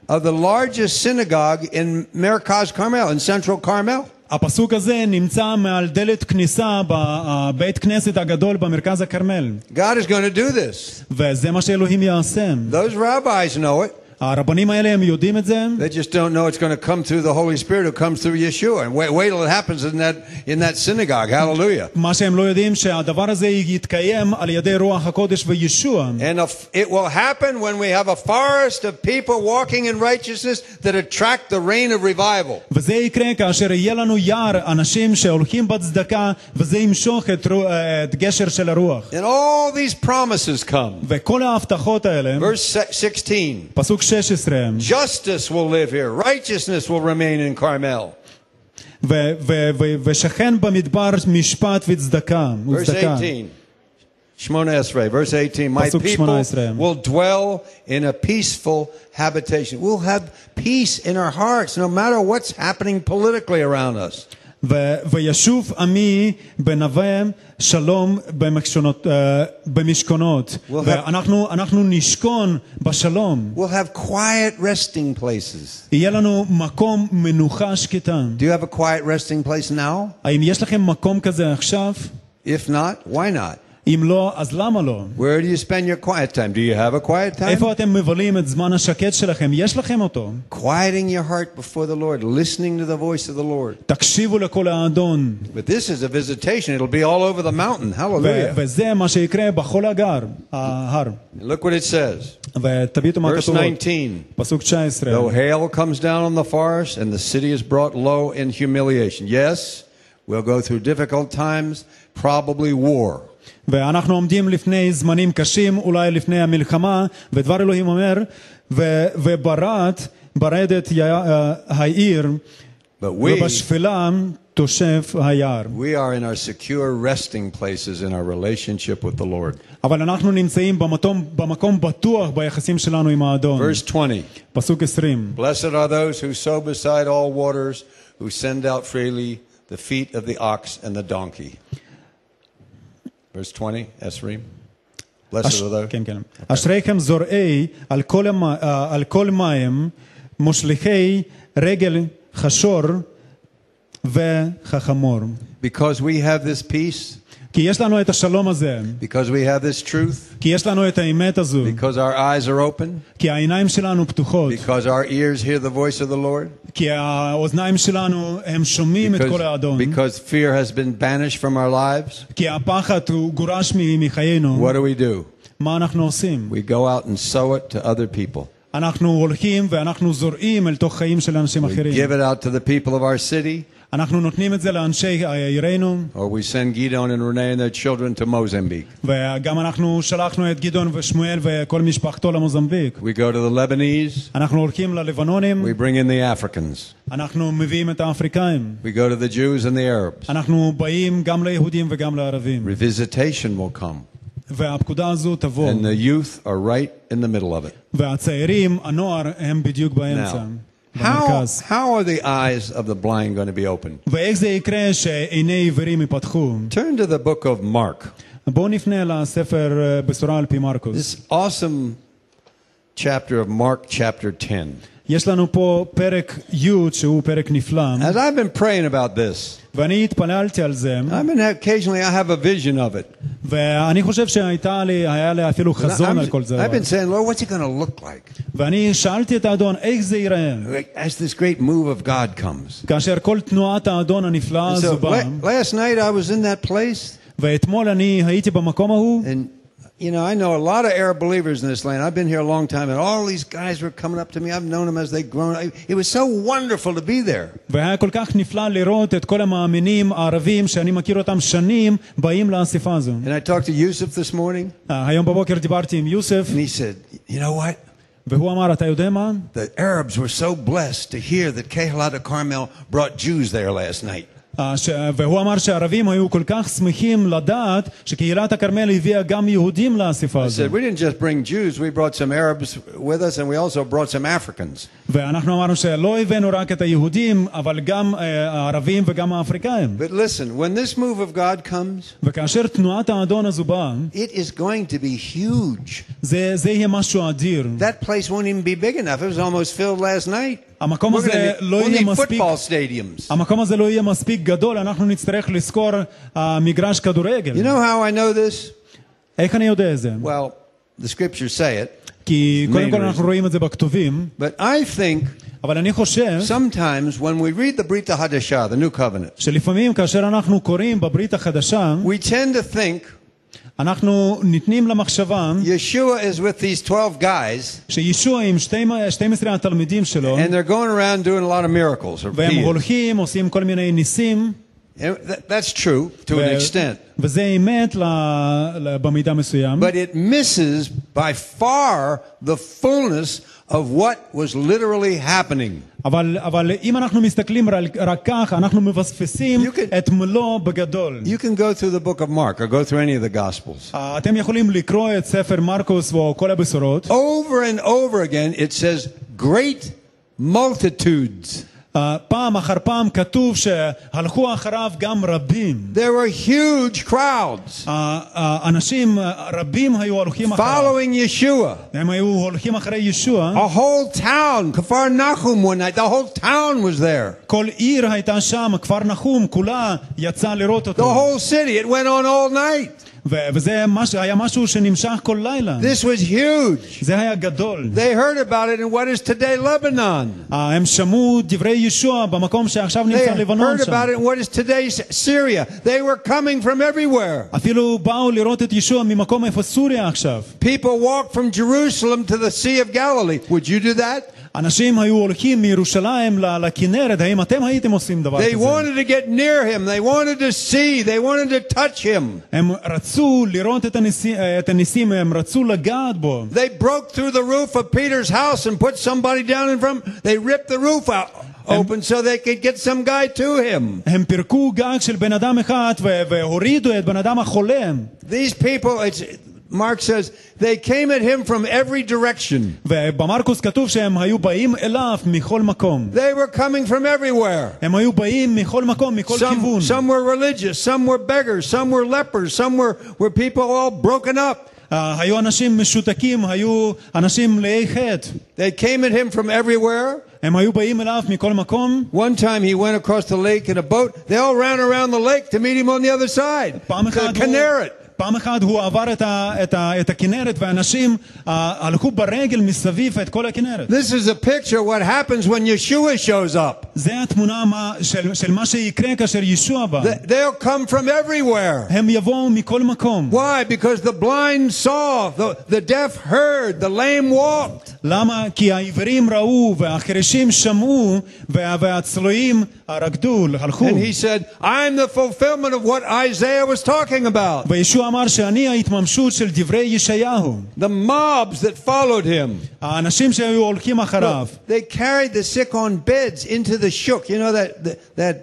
[SPEAKER 2] of the largest synagogue in Merkaz Carmel, in central Carmel.
[SPEAKER 1] הפסוק הזה נמצא מעל דלת כניסה בבית כנסת הגדול במרכז הכרמל,
[SPEAKER 2] God is going to do this.
[SPEAKER 1] וזה מה שאלוהים יעשה.
[SPEAKER 2] Those rabbis know it.
[SPEAKER 1] הרבנים האלה, הם יודעים את זה,
[SPEAKER 2] They just don't know it's going to come through the Holy Spirit who comes through Yeshua. And wait, wait till it happens in that, in that synagogue. Hallelujah.
[SPEAKER 1] מה שהם לא יודעים, שהדבר הזה יתקיים על ידי רוח הקודש וישוע.
[SPEAKER 2] And if it will happen when we have a forest of people walking in righteousness that attract the rain of revival.
[SPEAKER 1] וזה יקרה כאשר יהיה לנו יער אנשים שהולכים בצדקה וזה ימשוך את, רו- אה, את גשר של הרוח.
[SPEAKER 2] And all these promises come.
[SPEAKER 1] וכל ההבטחות האלה,
[SPEAKER 2] Verse se- 16.
[SPEAKER 1] פסוק 16,
[SPEAKER 2] Justice will live here. Righteousness will remain in Carmel.
[SPEAKER 1] ו- ו- ו- ושכן במדבר משפט וצדקה.
[SPEAKER 2] Verse
[SPEAKER 1] וצדקה.
[SPEAKER 2] 18. Shmona Esrei, verse 18. My
[SPEAKER 1] Pasuk
[SPEAKER 2] people
[SPEAKER 1] Shmona Esrei.
[SPEAKER 2] will dwell in a peaceful habitation. We'll have peace in our hearts no matter what's happening politically around us.
[SPEAKER 1] ו- וישוב עמי בנווה שלום במקשונות, אה, במשכונות.
[SPEAKER 2] We'll have-
[SPEAKER 1] ואנחנו אנחנו נשכון בשלום.
[SPEAKER 2] We'll have quiet resting places.
[SPEAKER 1] יהיה לנו מקום מנוחה שקטה.
[SPEAKER 2] Do you have a quiet resting place now?
[SPEAKER 1] האם יש לכם מקום כזה עכשיו?
[SPEAKER 2] If not, why not?
[SPEAKER 1] אם לא, אז למה לא?
[SPEAKER 2] Where do you spend your quiet time? Do you have a quiet time?
[SPEAKER 1] איפה אתם מבלים את זמן השקט שלכם? יש לכם אותו.
[SPEAKER 2] Quieting your heart before the Lord, listening to the voice of the Lord.
[SPEAKER 1] תקשיבו לקול האדון.
[SPEAKER 2] But this is a visitation. It'll be all over the mountain.
[SPEAKER 1] ו-
[SPEAKER 2] Hallelujah.
[SPEAKER 1] וזה מה שיקרה בכל הגר, ההר.
[SPEAKER 2] Look what it says.
[SPEAKER 1] ותביטו מה
[SPEAKER 2] Verse לא.
[SPEAKER 1] כתוב.
[SPEAKER 2] 19.
[SPEAKER 1] פסוק 19.
[SPEAKER 2] Though hail comes down on the forest and the city is brought low in humiliation. Yes, we'll go through difficult times, probably war.
[SPEAKER 1] ואנחנו עומדים לפני זמנים קשים, אולי לפני המלחמה, ודבר אלוהים אומר, ו- וברד, ברדת י- אה, העיר,
[SPEAKER 2] But we,
[SPEAKER 1] ובשפלה תושב היער.
[SPEAKER 2] we are in our secure resting places in our relationship with the Lord.
[SPEAKER 1] אבל אנחנו נמצאים במקום, במקום בטוח ביחסים שלנו עם האדון.
[SPEAKER 2] Verse 20.
[SPEAKER 1] פסוק 20.
[SPEAKER 2] Blessed are those who sow beside all waters, who send out freely the feet of the ox and the donkey. Verse 20, Esrim. Blessed
[SPEAKER 1] אש-
[SPEAKER 2] are those.
[SPEAKER 1] כן, כן. אשריכם זורעי על כל המ- אה, על כל מים, מושליכי רגל חשור וחכמור.
[SPEAKER 2] Because we have this peace,
[SPEAKER 1] כי יש לנו את השלום הזה,
[SPEAKER 2] because we have this truth,
[SPEAKER 1] כי יש לנו את האמת הזו,
[SPEAKER 2] because our eyes are open,
[SPEAKER 1] כי העיניים שלנו פתוחות,
[SPEAKER 2] because our ears hear the voice of the Lord,
[SPEAKER 1] כי האוזניים שלנו, הם שומעים את כל
[SPEAKER 2] because,
[SPEAKER 1] האדון,
[SPEAKER 2] because fear has been banished from our lives.
[SPEAKER 1] כי הפחד הוא גורש מ- מחיינו.
[SPEAKER 2] What do we do?
[SPEAKER 1] מה אנחנו עושים?
[SPEAKER 2] We go out and sow it to other people.
[SPEAKER 1] אנחנו הולכים ואנחנו זורעים אל תוך חיים של אנשים
[SPEAKER 2] We give
[SPEAKER 1] אחרים.
[SPEAKER 2] it out to the people of our city.
[SPEAKER 1] אנחנו נותנים את זה לאנשי עירנו,
[SPEAKER 2] Or we send Gideon and Renee and their children to Mozambique.
[SPEAKER 1] וגם אנחנו שלחנו את גדעון ושמואל וכל משפחתו למוזמביק.
[SPEAKER 2] We go to the Lebanese.
[SPEAKER 1] אנחנו הולכים ללבנונים,
[SPEAKER 2] We bring in the Africans.
[SPEAKER 1] אנחנו מביאים את האפריקאים.
[SPEAKER 2] We go to the Jews and the Arabs.
[SPEAKER 1] אנחנו באים גם ליהודים וגם לערבים.
[SPEAKER 2] Revisitation will come.
[SPEAKER 1] והפקודה הזו תבוא,
[SPEAKER 2] And the youth are right in the middle of it.
[SPEAKER 1] והצעירים, הנוער, הם בדיוק באמצע,
[SPEAKER 2] Now, how,
[SPEAKER 1] במרכז.
[SPEAKER 2] how are the eyes of the blind going to be opened?
[SPEAKER 1] ואיך זה יקרה שעיני עיוורים ייפתחו?
[SPEAKER 2] Turn to the book of Mark.
[SPEAKER 1] בואו נפנה לספר אה, בשורה על פי מרקוס.
[SPEAKER 2] This awesome chapter of Mark, chapter 10.
[SPEAKER 1] יש לנו פה פרק י' שהוא פרק נפלא,
[SPEAKER 2] As I've been praying about this,
[SPEAKER 1] ואני התפללתי על זה,
[SPEAKER 2] I've been occasionally I have a vision of it.
[SPEAKER 1] ואני חושב שהייתה לי, היה לי אפילו
[SPEAKER 2] And
[SPEAKER 1] חזון
[SPEAKER 2] I'm-
[SPEAKER 1] על כל זה.
[SPEAKER 2] I've been saying, Lord, what's it going to look like
[SPEAKER 1] ואני שאלתי את האדון, איך זה ייראה?
[SPEAKER 2] Like, as this great move of God comes?
[SPEAKER 1] כאשר כל תנועת האדון הנפלאה
[SPEAKER 2] And so
[SPEAKER 1] הזו באה,
[SPEAKER 2] la- last night I was in that place,
[SPEAKER 1] ואתמול אני הייתי במקום ההוא,
[SPEAKER 2] and you know I know a lot of Arab believers in this land. I've been here a long time, and all these guys were coming up to me. I've known them as they've grown. I- It was so wonderful to be there.
[SPEAKER 1] והיה כל כך נפלא לראות את כל המאמינים הערבים שאני מכיר אותם שנים באים לאספה הזו.
[SPEAKER 2] And I talked to Yusuf this morning,
[SPEAKER 1] אה, היום בבוקר דיברתי עם יוסף,
[SPEAKER 2] and he said, "You know what?
[SPEAKER 1] והוא אמר, אתה יודע מה?
[SPEAKER 2] The Arabs were so blessed to hear that Kehilat of Carmel brought Jews there last night."
[SPEAKER 1] אה, ש- והוא אמר שהערבים היו כל כך שמחים לדעת שקהילת הכרמל הביאה גם יהודים לאספה
[SPEAKER 2] I
[SPEAKER 1] הזו.
[SPEAKER 2] said, we didn't just bring Jews, we brought some Arabs with us, and we also brought some Africans.
[SPEAKER 1] ואנחנו אמרנו שלא הבאנו רק את היהודים, אבל גם אה, הערבים וגם האפריקאים.
[SPEAKER 2] But listen, when this move of God comes,
[SPEAKER 1] וכאשר תנועת האדון הזו באה,
[SPEAKER 2] it is going to be huge.
[SPEAKER 1] זה, זה יהיה משהו אדיר.
[SPEAKER 2] That place won't even be big enough. It was almost filled last night.
[SPEAKER 1] המקום
[SPEAKER 2] We're
[SPEAKER 1] הזה
[SPEAKER 2] gonna need-
[SPEAKER 1] לא
[SPEAKER 2] we'll
[SPEAKER 1] יהיה
[SPEAKER 2] need
[SPEAKER 1] מספיק
[SPEAKER 2] football stadiums.
[SPEAKER 1] המקום הזה לא יהיה מספיק גדול, אנחנו נצטרך לשכור אה, מגרש כדורגל.
[SPEAKER 2] You know how I know this?
[SPEAKER 1] איך אני יודע את זה?
[SPEAKER 2] Well, the scriptures say it,
[SPEAKER 1] כי קודם
[SPEAKER 2] main
[SPEAKER 1] כל אנחנו
[SPEAKER 2] reason.
[SPEAKER 1] רואים את זה בכתובים,
[SPEAKER 2] but I think
[SPEAKER 1] אבל אני חושב
[SPEAKER 2] sometimes when we read the Brit Hadashah, the New Covenant,
[SPEAKER 1] שלפעמים כאשר אנחנו קוראים בברית החדשה,
[SPEAKER 2] we tend to think
[SPEAKER 1] אנחנו ניתנים למחשבה
[SPEAKER 2] Yeshua is with these 12 guys,
[SPEAKER 1] שישוע עם שתי- 12 התלמידים שלו,
[SPEAKER 2] and they're going around doing a lot of miracles. Or
[SPEAKER 1] והם
[SPEAKER 2] deeds.
[SPEAKER 1] הולכים, עושים כל מיני ניסים,
[SPEAKER 2] And th- that's true to an
[SPEAKER 1] ו-
[SPEAKER 2] extent,
[SPEAKER 1] וזה אמת ל- ל- במידה מסוים,
[SPEAKER 2] but it misses by far the fullness of what was literally happening.
[SPEAKER 1] אבל אבל אם אנחנו מסתכלים רק- רק כך, אנחנו מפספסים
[SPEAKER 2] You can-
[SPEAKER 1] את מלוא בגדול.
[SPEAKER 2] You can go through the book of Mark or go through any of the Gospels.
[SPEAKER 1] אה, אתם יכולים לקרוא את ספר מרקוס או כל הבשורות.
[SPEAKER 2] Oh. Over and over again, it says, Great multitudes.
[SPEAKER 1] אה, פעם אחר פעם כתוב שהלכו אחריו גם רבים.
[SPEAKER 2] There were huge crowds
[SPEAKER 1] אה, אה, אנשים אה, רבים היו הולכים אחריו.
[SPEAKER 2] following Yeshua.
[SPEAKER 1] הם היו הולכים אחרי ישוע.
[SPEAKER 2] A whole town, Kfar Nahum one night, the whole town was there.
[SPEAKER 1] כל עיר הייתה שם, כפר נחום, כולה יצאה לראות
[SPEAKER 2] The
[SPEAKER 1] אותו.
[SPEAKER 2] whole city. It went on all night.
[SPEAKER 1] ו- וזה מש- היה משהו שנמשך כל לילה.
[SPEAKER 2] This was huge.
[SPEAKER 1] זה היה גדול.
[SPEAKER 2] They heard about it in what is today Lebanon.
[SPEAKER 1] אה, הם שמעו דברי ישוע במקום שעכשיו
[SPEAKER 2] They
[SPEAKER 1] נמצא לבנון
[SPEAKER 2] heard
[SPEAKER 1] שם.
[SPEAKER 2] about it in what is today Syria. They were coming from everywhere.
[SPEAKER 1] אפילו באו לראות את ישוע ממקום איפה סוריה עכשיו.
[SPEAKER 2] People walked from Jerusalem to the Sea of Galilee. Would you do that?
[SPEAKER 1] אנשים היו הולכים מירושלים ל- לכנרת, האם אתם הייתם עושים דבר
[SPEAKER 2] They
[SPEAKER 1] כזה?
[SPEAKER 2] wanted to get near him. They wanted to see. They wanted to touch him.
[SPEAKER 1] הם רצו לראות את, הניסי, אה, את הניסים, הם רצו לגעת בו.
[SPEAKER 2] They broke through the roof of Peter's house and put somebody down in front. They ripped the roof out open so they could get some guy to him.
[SPEAKER 1] הם פירקו גג של בן אדם אחד ו- והורידו את בן אדם החולם.
[SPEAKER 2] These people, it's, Mark says, they came at him from every direction.
[SPEAKER 1] ובמרקוס כתוב שהם היו באים אליו מכל מקום.
[SPEAKER 2] They were coming from everywhere.
[SPEAKER 1] הם היו באים מכל מקום, מכל
[SPEAKER 2] Some,
[SPEAKER 1] כיוון.
[SPEAKER 2] some were religious, some were beggars, some were lepers, some were, were people all broken up.
[SPEAKER 1] אה, היו אנשים משותקים, היו אנשים מלאי חטא.
[SPEAKER 2] They came at him from everywhere.
[SPEAKER 1] הם היו באים אליו מכל מקום.
[SPEAKER 2] One time he went across the lake in a boat. They all ran around the lake to meet him on the other side.
[SPEAKER 1] פעם
[SPEAKER 2] to
[SPEAKER 1] אחת, הוא,
[SPEAKER 2] Kinneret.
[SPEAKER 1] פעם אחת הוא עבר את, ה, את, ה, את הכנרת ואנשים uh, הלכו ברגל מסביב את כל הכנרת.
[SPEAKER 2] This is a picture of what happens when Yeshua shows up.
[SPEAKER 1] זה התמונה מה, של, של מה שיקרה כאשר ישוע בא.
[SPEAKER 2] Th- They'll come from everywhere.
[SPEAKER 1] הם יבואו מכל מקום.
[SPEAKER 2] Why? Because the blind saw, the, the deaf heard, the lame walked.
[SPEAKER 1] למה? כי העיוורים ראו, והחירשים שמעו, וה- והצלויים הרקדו, הלכו.
[SPEAKER 2] And he said, I'm the fulfillment of what Isaiah was talking about.
[SPEAKER 1] וישוע אמר שאני ההתממשות של דברי ישעיהו.
[SPEAKER 2] The mobs that followed him,
[SPEAKER 1] האנשים שהיו הולכים אחריו,
[SPEAKER 2] they carried the sick on beds into the shuk. You know that, that, that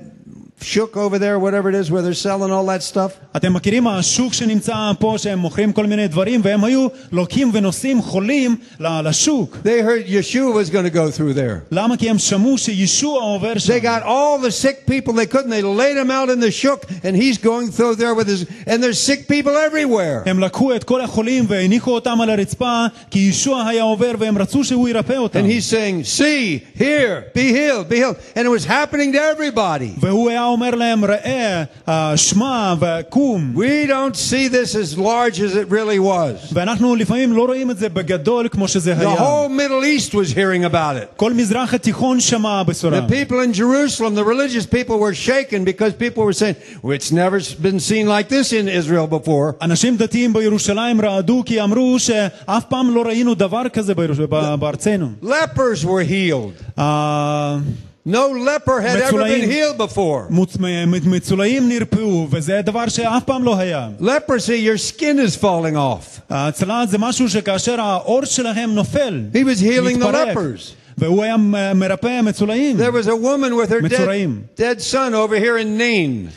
[SPEAKER 2] shuk over there, whatever it is, where they're selling all that stuff?
[SPEAKER 1] אתם מכירים השוק שנמצא פה, שהם מוכרים כל מיני דברים, והם היו לוקים ונוסעים חולים ל- לשוק.
[SPEAKER 2] They heard Yeshua was going to go through there.
[SPEAKER 1] למה? כי הם שמעו שישוע עובר שם.
[SPEAKER 2] They got all the sick people they could, and they laid them out in the shuk, and he's going through there with his, and there's sick people everywhere.
[SPEAKER 1] הם לקחו את כל החולים והניחו אותם על הרצפה, כי ישוע היה עובר והם רצו שהוא ירפא אותם.
[SPEAKER 2] And he's saying, see, hear, be healed, be healed. And it was happening to everybody.
[SPEAKER 1] והוא היה אומר להם, ראה, אה, שמע וקום.
[SPEAKER 2] We don't see this as large as it really was.
[SPEAKER 1] ואנחנו לפעמים לא רואים את זה בגדול כמו שזה
[SPEAKER 2] The
[SPEAKER 1] היה.
[SPEAKER 2] whole Middle East was hearing about it.
[SPEAKER 1] כל מזרח התיכון שמע
[SPEAKER 2] The
[SPEAKER 1] בשורה.
[SPEAKER 2] people in Jerusalem, the religious people were shaken because people were saying, well, it's never been seen like this in Israel before.
[SPEAKER 1] אנשים דתיים בירושלים רעדו כי אמרו שאף פעם לא ראינו דבר כזה בירוש- ב- בארצנו.
[SPEAKER 2] Lepers were healed.
[SPEAKER 1] ה-
[SPEAKER 2] No leper had ever been
[SPEAKER 1] מצולעים.
[SPEAKER 2] healed before.
[SPEAKER 1] מוצ- מ- מצולעים נרפאו, וזה דבר שאף פעם לא היה.
[SPEAKER 2] Leprosy, your skin is falling off.
[SPEAKER 1] ההצלה זה משהו שכאשר העור שלהם נופל,
[SPEAKER 2] He was healing the
[SPEAKER 1] מתפרק,
[SPEAKER 2] lepers.
[SPEAKER 1] והוא היה מ- מרפא מצולעים.
[SPEAKER 2] There was a woman with her
[SPEAKER 1] מצורעים.
[SPEAKER 2] dead, dead son over here in Nain,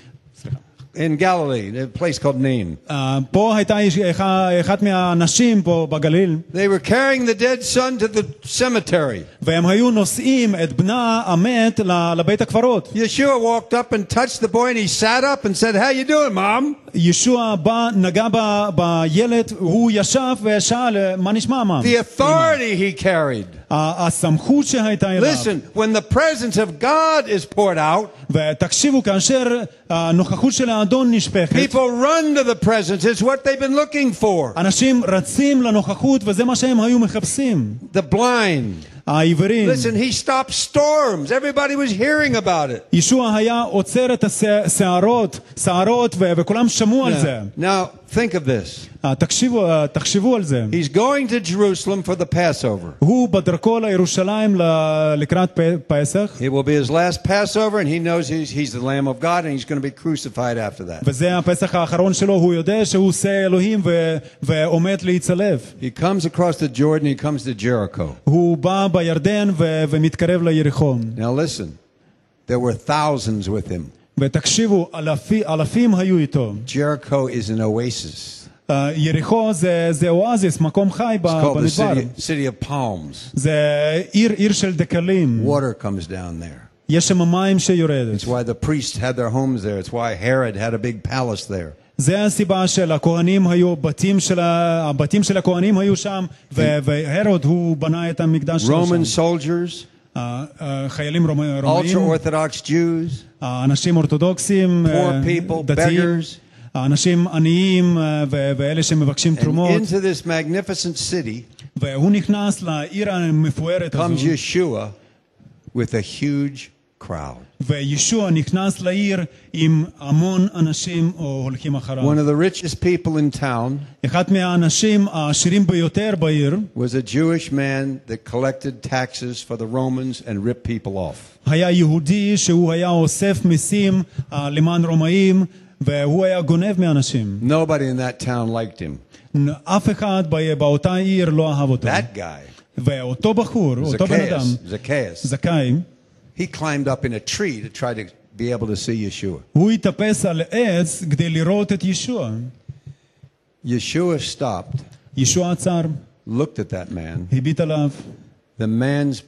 [SPEAKER 2] in Galilee, a place called Nain.
[SPEAKER 1] אה, פה הייתה איש- אח- אחת מהנשים פה בגליל,
[SPEAKER 2] They were carrying the dead son to the cemetery.
[SPEAKER 1] והם היו נושאים את בנה המת ל- לבית הקברות.
[SPEAKER 2] Yeshua walked up and touched the boy, and he sat up and said, "How you doing, mom?"
[SPEAKER 1] ישוע בא, נגע ב, בילד, הוא ישב ושאל, מה נשמע, מה?
[SPEAKER 2] The authority he carried.
[SPEAKER 1] ה- הסמכות שהייתה אליו.
[SPEAKER 2] Listen, when the presence of God is poured out,
[SPEAKER 1] ותקשיבו, כאשר אה, הנוכחות של האדון נשפכת,
[SPEAKER 2] people run to the presence. It's what they've been looking for.
[SPEAKER 1] אנשים רצים לנוכחות, וזה מה שהם היו מחפשים.
[SPEAKER 2] The blind.
[SPEAKER 1] העיוורים.
[SPEAKER 2] Listen, he stopped storms. Everybody was hearing about it.
[SPEAKER 1] ישוע היה עוצר את הסערות, סערות, ו- וכולם שמעו על זה.
[SPEAKER 2] Now, think of this.
[SPEAKER 1] אה, תקשיבו, אה, תחשבו על זה.
[SPEAKER 2] He's going to Jerusalem for the Passover.
[SPEAKER 1] הוא בדרכו לירושלים ל- לקראת פ- פסח,
[SPEAKER 2] It will be his last Passover, and he knows he's, he's the Lamb of God, and he's going to be crucified after that.
[SPEAKER 1] וזה הפסח האחרון שלו, הוא יודע שהוא עושה אלוהים ו- ועומד להצלב.
[SPEAKER 2] He comes across the Jordan, he comes to Jericho.
[SPEAKER 1] הוא בא בירדן ו- ומתקרב ליריחו.
[SPEAKER 2] Now listen, there were thousands with him.
[SPEAKER 1] ותקשיבו, אלפי, אלפים היו איתו.
[SPEAKER 2] Jericho is an oasis.
[SPEAKER 1] אה, יריחו זה, זה אואזיס, מקום חי ב-
[SPEAKER 2] It's called the
[SPEAKER 1] במדבר.
[SPEAKER 2] city, city of palms.
[SPEAKER 1] זה עיר, עיר של דקלים.
[SPEAKER 2] Water comes down there.
[SPEAKER 1] יש שם מים שיורדת.
[SPEAKER 2] It's why the priests had their homes there. It's why Herod had a big palace there.
[SPEAKER 1] זה הסיבה של הכהנים היו, בתים של, ה- הבתים של הכהנים היו שם, ו- והרוד הוא בנה את המקדש שלו שם.
[SPEAKER 2] Roman soldiers,
[SPEAKER 1] אה, אה, חיילים רומא-
[SPEAKER 2] ultra
[SPEAKER 1] רומאים,
[SPEAKER 2] Orthodox Jews,
[SPEAKER 1] אה, אנשים אורתודוקסים,
[SPEAKER 2] Poor
[SPEAKER 1] אה,
[SPEAKER 2] people,
[SPEAKER 1] דתיים,
[SPEAKER 2] beggars.
[SPEAKER 1] אנשים עניים אה, ו- ואלה שמבקשים
[SPEAKER 2] and
[SPEAKER 1] תרומות,
[SPEAKER 2] into this magnificent city
[SPEAKER 1] והוא נכנס לעיר המפוארת
[SPEAKER 2] comes
[SPEAKER 1] הזו,
[SPEAKER 2] Yeshua with a huge crowd.
[SPEAKER 1] Uh-huh. וישוע נכנס לעיר עם המון אנשים או הולכים אחריו.
[SPEAKER 2] One of the richest people in town
[SPEAKER 1] אחד מהאנשים העשירים ביותר בעיר
[SPEAKER 2] was a Jewish man that collected taxes for the Romans and ripped people off.
[SPEAKER 1] היה יהודי שהוא היה אוסף מיסים אה, למען רומאים, והוא היה גונב מאנשים.
[SPEAKER 2] Nobody in that town liked him.
[SPEAKER 1] נ- אף אחד ב- באותה עיר לא אהב אותו.
[SPEAKER 2] That guy,
[SPEAKER 1] ואותו בחור, אותו בן אדם,
[SPEAKER 2] Zacchaeus, Zacchaeus,
[SPEAKER 1] זכאי,
[SPEAKER 2] he climbed up in a tree to try to be able to see Yeshua.
[SPEAKER 1] הוא התאפס על עץ כדי לראות את ישוע.
[SPEAKER 2] Yeshua stopped,
[SPEAKER 1] ישוע עצר,
[SPEAKER 2] looked at that man.
[SPEAKER 1] הביט עליו,
[SPEAKER 2] The man's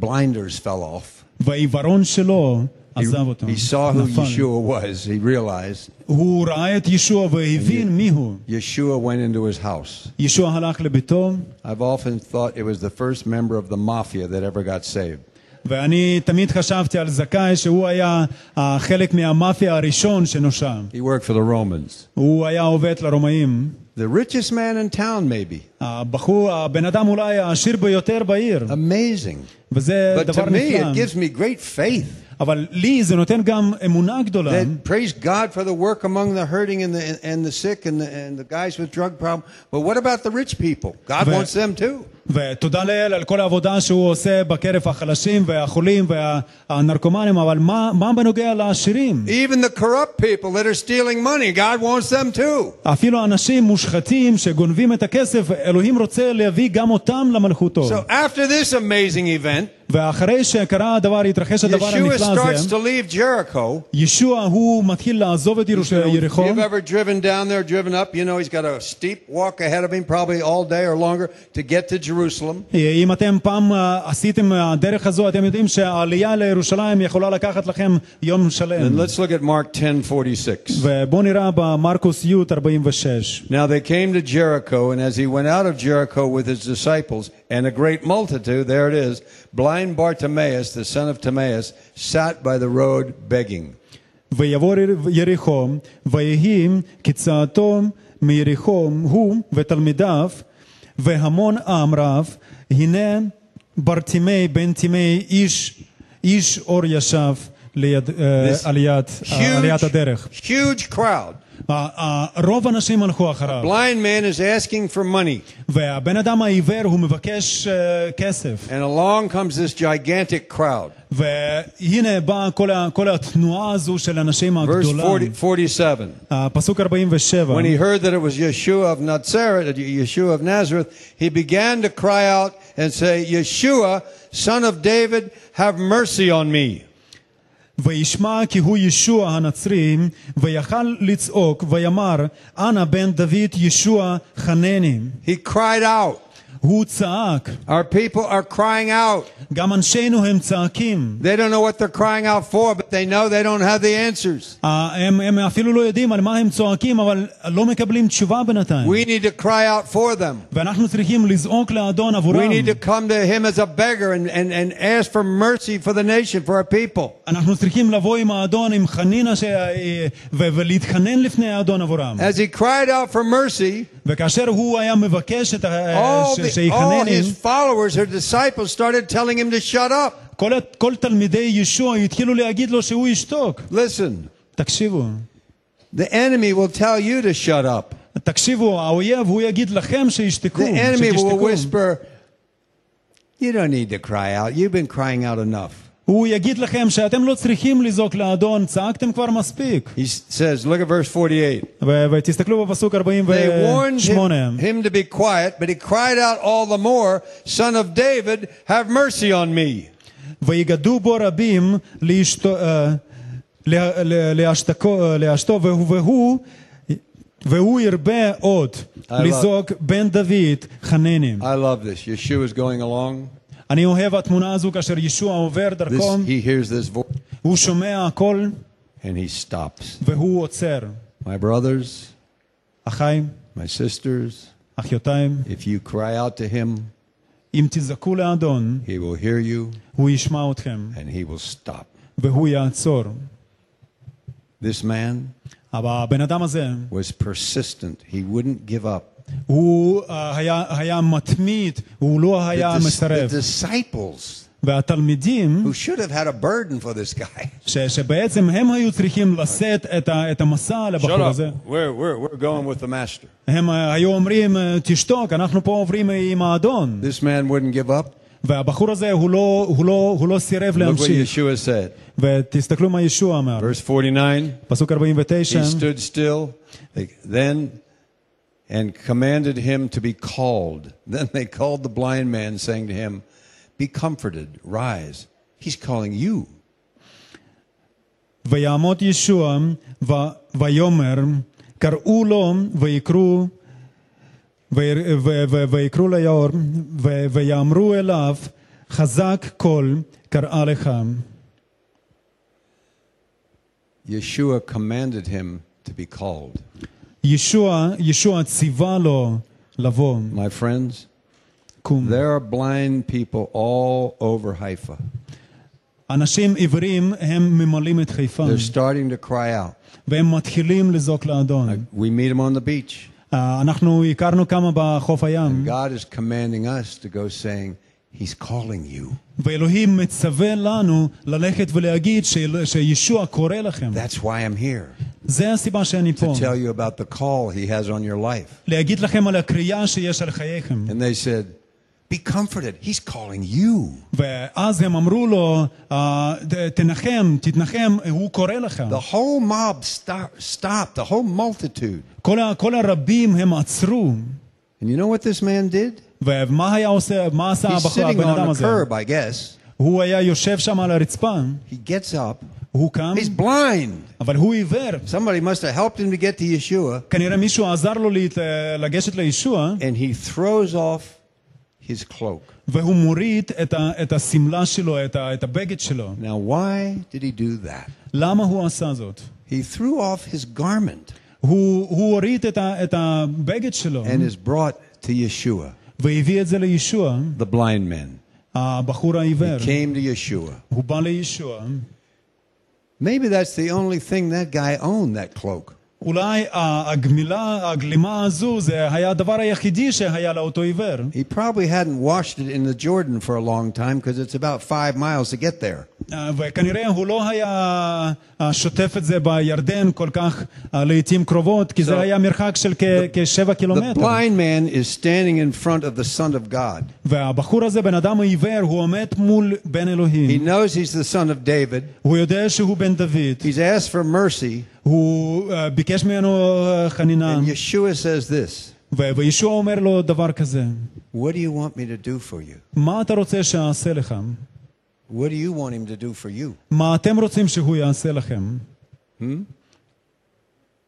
[SPEAKER 2] blinders fell off.
[SPEAKER 1] והעיוורון שלו
[SPEAKER 2] He,
[SPEAKER 1] עזב אותו.
[SPEAKER 2] he saw who
[SPEAKER 1] נפל.
[SPEAKER 2] Yeshua was. He realized
[SPEAKER 1] הוא ראה את ישוע והבין מיהו.
[SPEAKER 2] Yeshua went into his house.
[SPEAKER 1] ישוע הלך לביתו,
[SPEAKER 2] I've often thought it was the first member of the mafia that ever got saved.
[SPEAKER 1] ואני תמיד חשבתי על זכאי שהוא היה אה, חלק מהמאפיה הראשון שנושע.
[SPEAKER 2] He worked for the Romans.
[SPEAKER 1] הוא היה עובד לרומאים.
[SPEAKER 2] The richest man in town, maybe.
[SPEAKER 1] הבחור, הבן אדם אולי העשיר ביותר בעיר,
[SPEAKER 2] Amazing.
[SPEAKER 1] וזה
[SPEAKER 2] But
[SPEAKER 1] דבר
[SPEAKER 2] to me, it
[SPEAKER 1] נפלא.
[SPEAKER 2] gives me great faith.
[SPEAKER 1] אבל לי זה נותן גם אמונה גדולה,
[SPEAKER 2] That praise God for the work among the hurting and the and the sick and the, and the guys with drug problem. But what about the rich people? God
[SPEAKER 1] But-
[SPEAKER 2] wants them too.
[SPEAKER 1] ותודה לאל על כל העבודה שהוא עושה בקרב החלשים והחולים והנרקומנים, אבל מה, מה בנוגע לעשירים?
[SPEAKER 2] Even the corrupt people that are stealing money, God wants them too.
[SPEAKER 1] אפילו אנשים מושחתים שגונבים את הכסף, אלוהים רוצה להביא גם אותם למלכותו.
[SPEAKER 2] So after this amazing event,
[SPEAKER 1] ואחרי שקרה הדבר, התרחש הדבר
[SPEAKER 2] Yeshua
[SPEAKER 1] הנפלא
[SPEAKER 2] starts
[SPEAKER 1] הזה,
[SPEAKER 2] to leave Jericho.
[SPEAKER 1] ישוע הוא מתחיל לעזוב את ירוש-
[SPEAKER 2] If
[SPEAKER 1] יריחו,
[SPEAKER 2] you've ever driven down there, driven up, you know he's got a steep walk ahead of him, probably all day or longer, to get to Jerusalem.
[SPEAKER 1] אם אתם פעם אה, עשיתם הדרך הזו, אתם יודעים שהעלייה לירושלים יכולה לקחת לכם יום
[SPEAKER 2] And
[SPEAKER 1] שלם.
[SPEAKER 2] let's look at Mark 10 46.
[SPEAKER 1] ובואו נראה במרקוס י 46.
[SPEAKER 2] Now they came to Jericho, and as he went out of Jericho with his disciples and a great multitude, there it is, blind Bartimaeus, the son of Timaeus, sat by the road begging.
[SPEAKER 1] ויבוא יריחו, ויהי כצאתו מיריחו הוא ותלמידיו, והמון עם רב, הנה ברטימי בן טימי איש, איש אור ישב ליד, אה,
[SPEAKER 2] This
[SPEAKER 1] על יד, על יד הדרך.
[SPEAKER 2] Huge, huge crowd.
[SPEAKER 1] ה- ה- רוב האנשים הלכו אחריו,
[SPEAKER 2] Blind man is asking for money,
[SPEAKER 1] והבן אדם העיוור הוא מבקש אה, כסף,
[SPEAKER 2] and along comes this gigantic crowd.
[SPEAKER 1] והנה באה כל, ה- כל התנועה הזו של אנשים
[SPEAKER 2] Verse
[SPEAKER 1] הגדולה.
[SPEAKER 2] 40, 47.
[SPEAKER 1] הפסוק 47.
[SPEAKER 2] When he heard that it was Yeshua of Nazareth, Yeshua of Nazareth, he began to cry out and say, Yeshua, son of David, have mercy on me.
[SPEAKER 1] וישמע כי הוא ישוע הנצרי, ויכל לצעוק, ויאמר, אנא בן דוד ישוע חנני.
[SPEAKER 2] He cried out.
[SPEAKER 1] הוא צעק,
[SPEAKER 2] Our people are crying out.
[SPEAKER 1] גם אנשינו הם צעקים.
[SPEAKER 2] They don't know what they're crying out for, but they know they don't have the answers.
[SPEAKER 1] אה, הם, הם אפילו לא יודעים על מה הם צועקים, אבל לא מקבלים תשובה בינתיים.
[SPEAKER 2] We need to cry out for them.
[SPEAKER 1] ואנחנו צריכים לזעוק לאדון
[SPEAKER 2] We
[SPEAKER 1] עבורם.
[SPEAKER 2] need to come to him as a beggar and, and, and ask for mercy for the nation, for our people.
[SPEAKER 1] אנחנו צריכים לבוא עם האדון, עם חנינה, ש... אה, ו... ולהתחנן לפני האדון עבורם.
[SPEAKER 2] As he cried out for mercy,
[SPEAKER 1] וכאשר הוא היה מבקש את ה...
[SPEAKER 2] all,
[SPEAKER 1] ש...
[SPEAKER 2] the, all
[SPEAKER 1] שיחנן,
[SPEAKER 2] his followers, her disciples, started telling him to shut up.
[SPEAKER 1] כל... ה- כל תלמידי ישוע התחילו להגיד לו שהוא ישתוק.
[SPEAKER 2] Listen,
[SPEAKER 1] תקשיבו,
[SPEAKER 2] the enemy will tell you to shut up.
[SPEAKER 1] תקשיבו, האויב הוא יגיד לכם שישתקו,
[SPEAKER 2] The enemy will
[SPEAKER 1] שתשתקו.
[SPEAKER 2] whisper, You don't need to cry out. You've been crying out enough.
[SPEAKER 1] הוא יגיד לכם שאתם לא צריכים לזעוק לאדון, צעקתם כבר מספיק.
[SPEAKER 2] He s- says, look at verse 48.
[SPEAKER 1] ו- ותסתכלו בפסוק uh,
[SPEAKER 2] They warned
[SPEAKER 1] 48.
[SPEAKER 2] him, him to be quiet, but he cried out all the more, Son of David, have mercy on me.
[SPEAKER 1] ויגדו בו רבים לאשתו, אה, לה- לה- להשתקו- אה, לאשתו, והוא- והוא והוא ירבה עוד
[SPEAKER 2] I love-
[SPEAKER 1] לזעוק בן דוד חנני.
[SPEAKER 2] I love this. Yeshua is going along.
[SPEAKER 1] אני אוהב התמונה הזו כאשר ישוע עובר
[SPEAKER 2] This,
[SPEAKER 1] דרכו,
[SPEAKER 2] he hears this voice
[SPEAKER 1] הוא שומע הכל
[SPEAKER 2] and he stops.
[SPEAKER 1] והוא עוצר.
[SPEAKER 2] My brothers,
[SPEAKER 1] אחיי,
[SPEAKER 2] my sisters,
[SPEAKER 1] אחיותיי,
[SPEAKER 2] if you cry out to him,
[SPEAKER 1] אם תזעקו לאדון,
[SPEAKER 2] he will hear you
[SPEAKER 1] הוא ישמע אתכם
[SPEAKER 2] and he will stop.
[SPEAKER 1] והוא יעצור.
[SPEAKER 2] This man
[SPEAKER 1] אבל הבן אדם הזה,
[SPEAKER 2] was persistent. He wouldn't give up.
[SPEAKER 1] הוא אה, היה, היה מתמיד, הוא לא
[SPEAKER 2] The
[SPEAKER 1] היה
[SPEAKER 2] dis- the
[SPEAKER 1] מסרב.
[SPEAKER 2] disciples
[SPEAKER 1] והתלמידים,
[SPEAKER 2] who should have had a burden for this guy.
[SPEAKER 1] ש, שבעצם הם היו צריכים לשאת את, ה, את המסע על הבחור הזה,
[SPEAKER 2] We're, we're, we're going with the master.
[SPEAKER 1] הם אה, היו אומרים, אה, תשתוק, אנחנו פה עוברים עם האדון.
[SPEAKER 2] This man wouldn't give up.
[SPEAKER 1] והבחור הזה, הוא לא, הוא לא, הוא לא סירב
[SPEAKER 2] Look what
[SPEAKER 1] להמשיך.
[SPEAKER 2] Yeshua said.
[SPEAKER 1] ותסתכלו מה ישוע אמר,
[SPEAKER 2] Verse 49
[SPEAKER 1] פסוק 49,
[SPEAKER 2] He stood still, they- then and commanded him to be called. Then they called the blind man, saying to him, Be comforted, rise. He's calling you.
[SPEAKER 1] ויעמוד ישוע ו... ויאמר, קראו לו ויקראו ו- ו- ו- ויקראו ליאור ו- ויאמרו אליו, חזק קול קראה לך.
[SPEAKER 2] Yeshua commanded him to be called.
[SPEAKER 1] ישוע, ישוע ציווה לו לבוא,
[SPEAKER 2] My friends,
[SPEAKER 1] קום.
[SPEAKER 2] there are blind people all over Haifa.
[SPEAKER 1] אנשים עיוורים הם ממלאים את חיפה,
[SPEAKER 2] They're starting to cry out.
[SPEAKER 1] והם מתחילים לזעוק לאדון.
[SPEAKER 2] We meet them on the beach.
[SPEAKER 1] אה, אנחנו הכרנו כמה בחוף הים,
[SPEAKER 2] God is commanding us to go saying, He's calling you.
[SPEAKER 1] ואלוהים מצווה לנו ללכת ולהגיד שאל- שישוע קורא לכם.
[SPEAKER 2] That's why I'm here.
[SPEAKER 1] זה הסיבה שאני פה.
[SPEAKER 2] To tell you about the call He has on your life.
[SPEAKER 1] להגיד לכם על הקריאה שיש על חייכם.
[SPEAKER 2] And they said, Be comforted. He's calling you.
[SPEAKER 1] ואז הם אמרו לו, "אה, ת- תנחם, תתנחם, הוא קורא לך.
[SPEAKER 2] The whole mob stop, stopped, the whole multitude.
[SPEAKER 1] כל, ה, כל הרבים הם עצרו.
[SPEAKER 2] And you know what this man did?
[SPEAKER 1] ומה היה עושה, מה עשה
[SPEAKER 2] He's
[SPEAKER 1] הבחור,
[SPEAKER 2] sitting
[SPEAKER 1] הבן
[SPEAKER 2] on
[SPEAKER 1] אדם
[SPEAKER 2] a
[SPEAKER 1] הזה?
[SPEAKER 2] curb, I guess.
[SPEAKER 1] הוא היה יושב שם על הרצפה,
[SPEAKER 2] He gets up.
[SPEAKER 1] הוא קם,
[SPEAKER 2] He's blind.
[SPEAKER 1] אבל הוא עיוור.
[SPEAKER 2] Somebody must have helped him to get to Yeshua.
[SPEAKER 1] כנראה מישהו עזר לו להת, אה, לגשת לישוע,
[SPEAKER 2] And he throws off his cloak.
[SPEAKER 1] והוא מוריד את, ה, את השמלה שלו, את, ה, את הבגד שלו.
[SPEAKER 2] Now, why did he do that?
[SPEAKER 1] למה הוא עשה זאת?
[SPEAKER 2] He threw off his garment
[SPEAKER 1] הוא, הוא הוריד את, ה, את הבגד שלו,
[SPEAKER 2] and is brought to Yeshua,
[SPEAKER 1] והביא את זה לישוע,
[SPEAKER 2] the blind man.
[SPEAKER 1] הבחור העיוור.
[SPEAKER 2] Came to Yeshua.
[SPEAKER 1] הוא בא לישוע.
[SPEAKER 2] Maybe that's the only thing that guy owned, that cloak.
[SPEAKER 1] אולי ה- הגמילה, הגלימה הזו, זה היה הדבר היחידי שהיה לאותו עיוור.
[SPEAKER 2] He probably hadn't washed it in the Jordan for a long time because it's about five miles to get there.
[SPEAKER 1] אה, וכנראה הוא לא היה אה, שוטף את זה בירדן כל כך אה, לעתים קרובות, כי
[SPEAKER 2] So,
[SPEAKER 1] זה היה מרחק של כ- כשבע
[SPEAKER 2] The
[SPEAKER 1] קילומטר.
[SPEAKER 2] blind man is standing in front of the Son of God.
[SPEAKER 1] והבחור הזה, בן אדם העיוור, הוא עומד מול בן
[SPEAKER 2] He
[SPEAKER 1] אלוהים.
[SPEAKER 2] knows he's the Son of David.
[SPEAKER 1] הוא יודע שהוא בן דוד.
[SPEAKER 2] He's asked for mercy,
[SPEAKER 1] הוא אה, ביקש ממנו אה, חנינה,
[SPEAKER 2] and Yeshua says this
[SPEAKER 1] ו- וישוע אומר לו דבר כזה:
[SPEAKER 2] What do you want me to do for you?
[SPEAKER 1] מה אתה רוצה שאעשה לך?
[SPEAKER 2] What do you want him to do for you?
[SPEAKER 1] מה אתם רוצים שהוא יעשה לכם?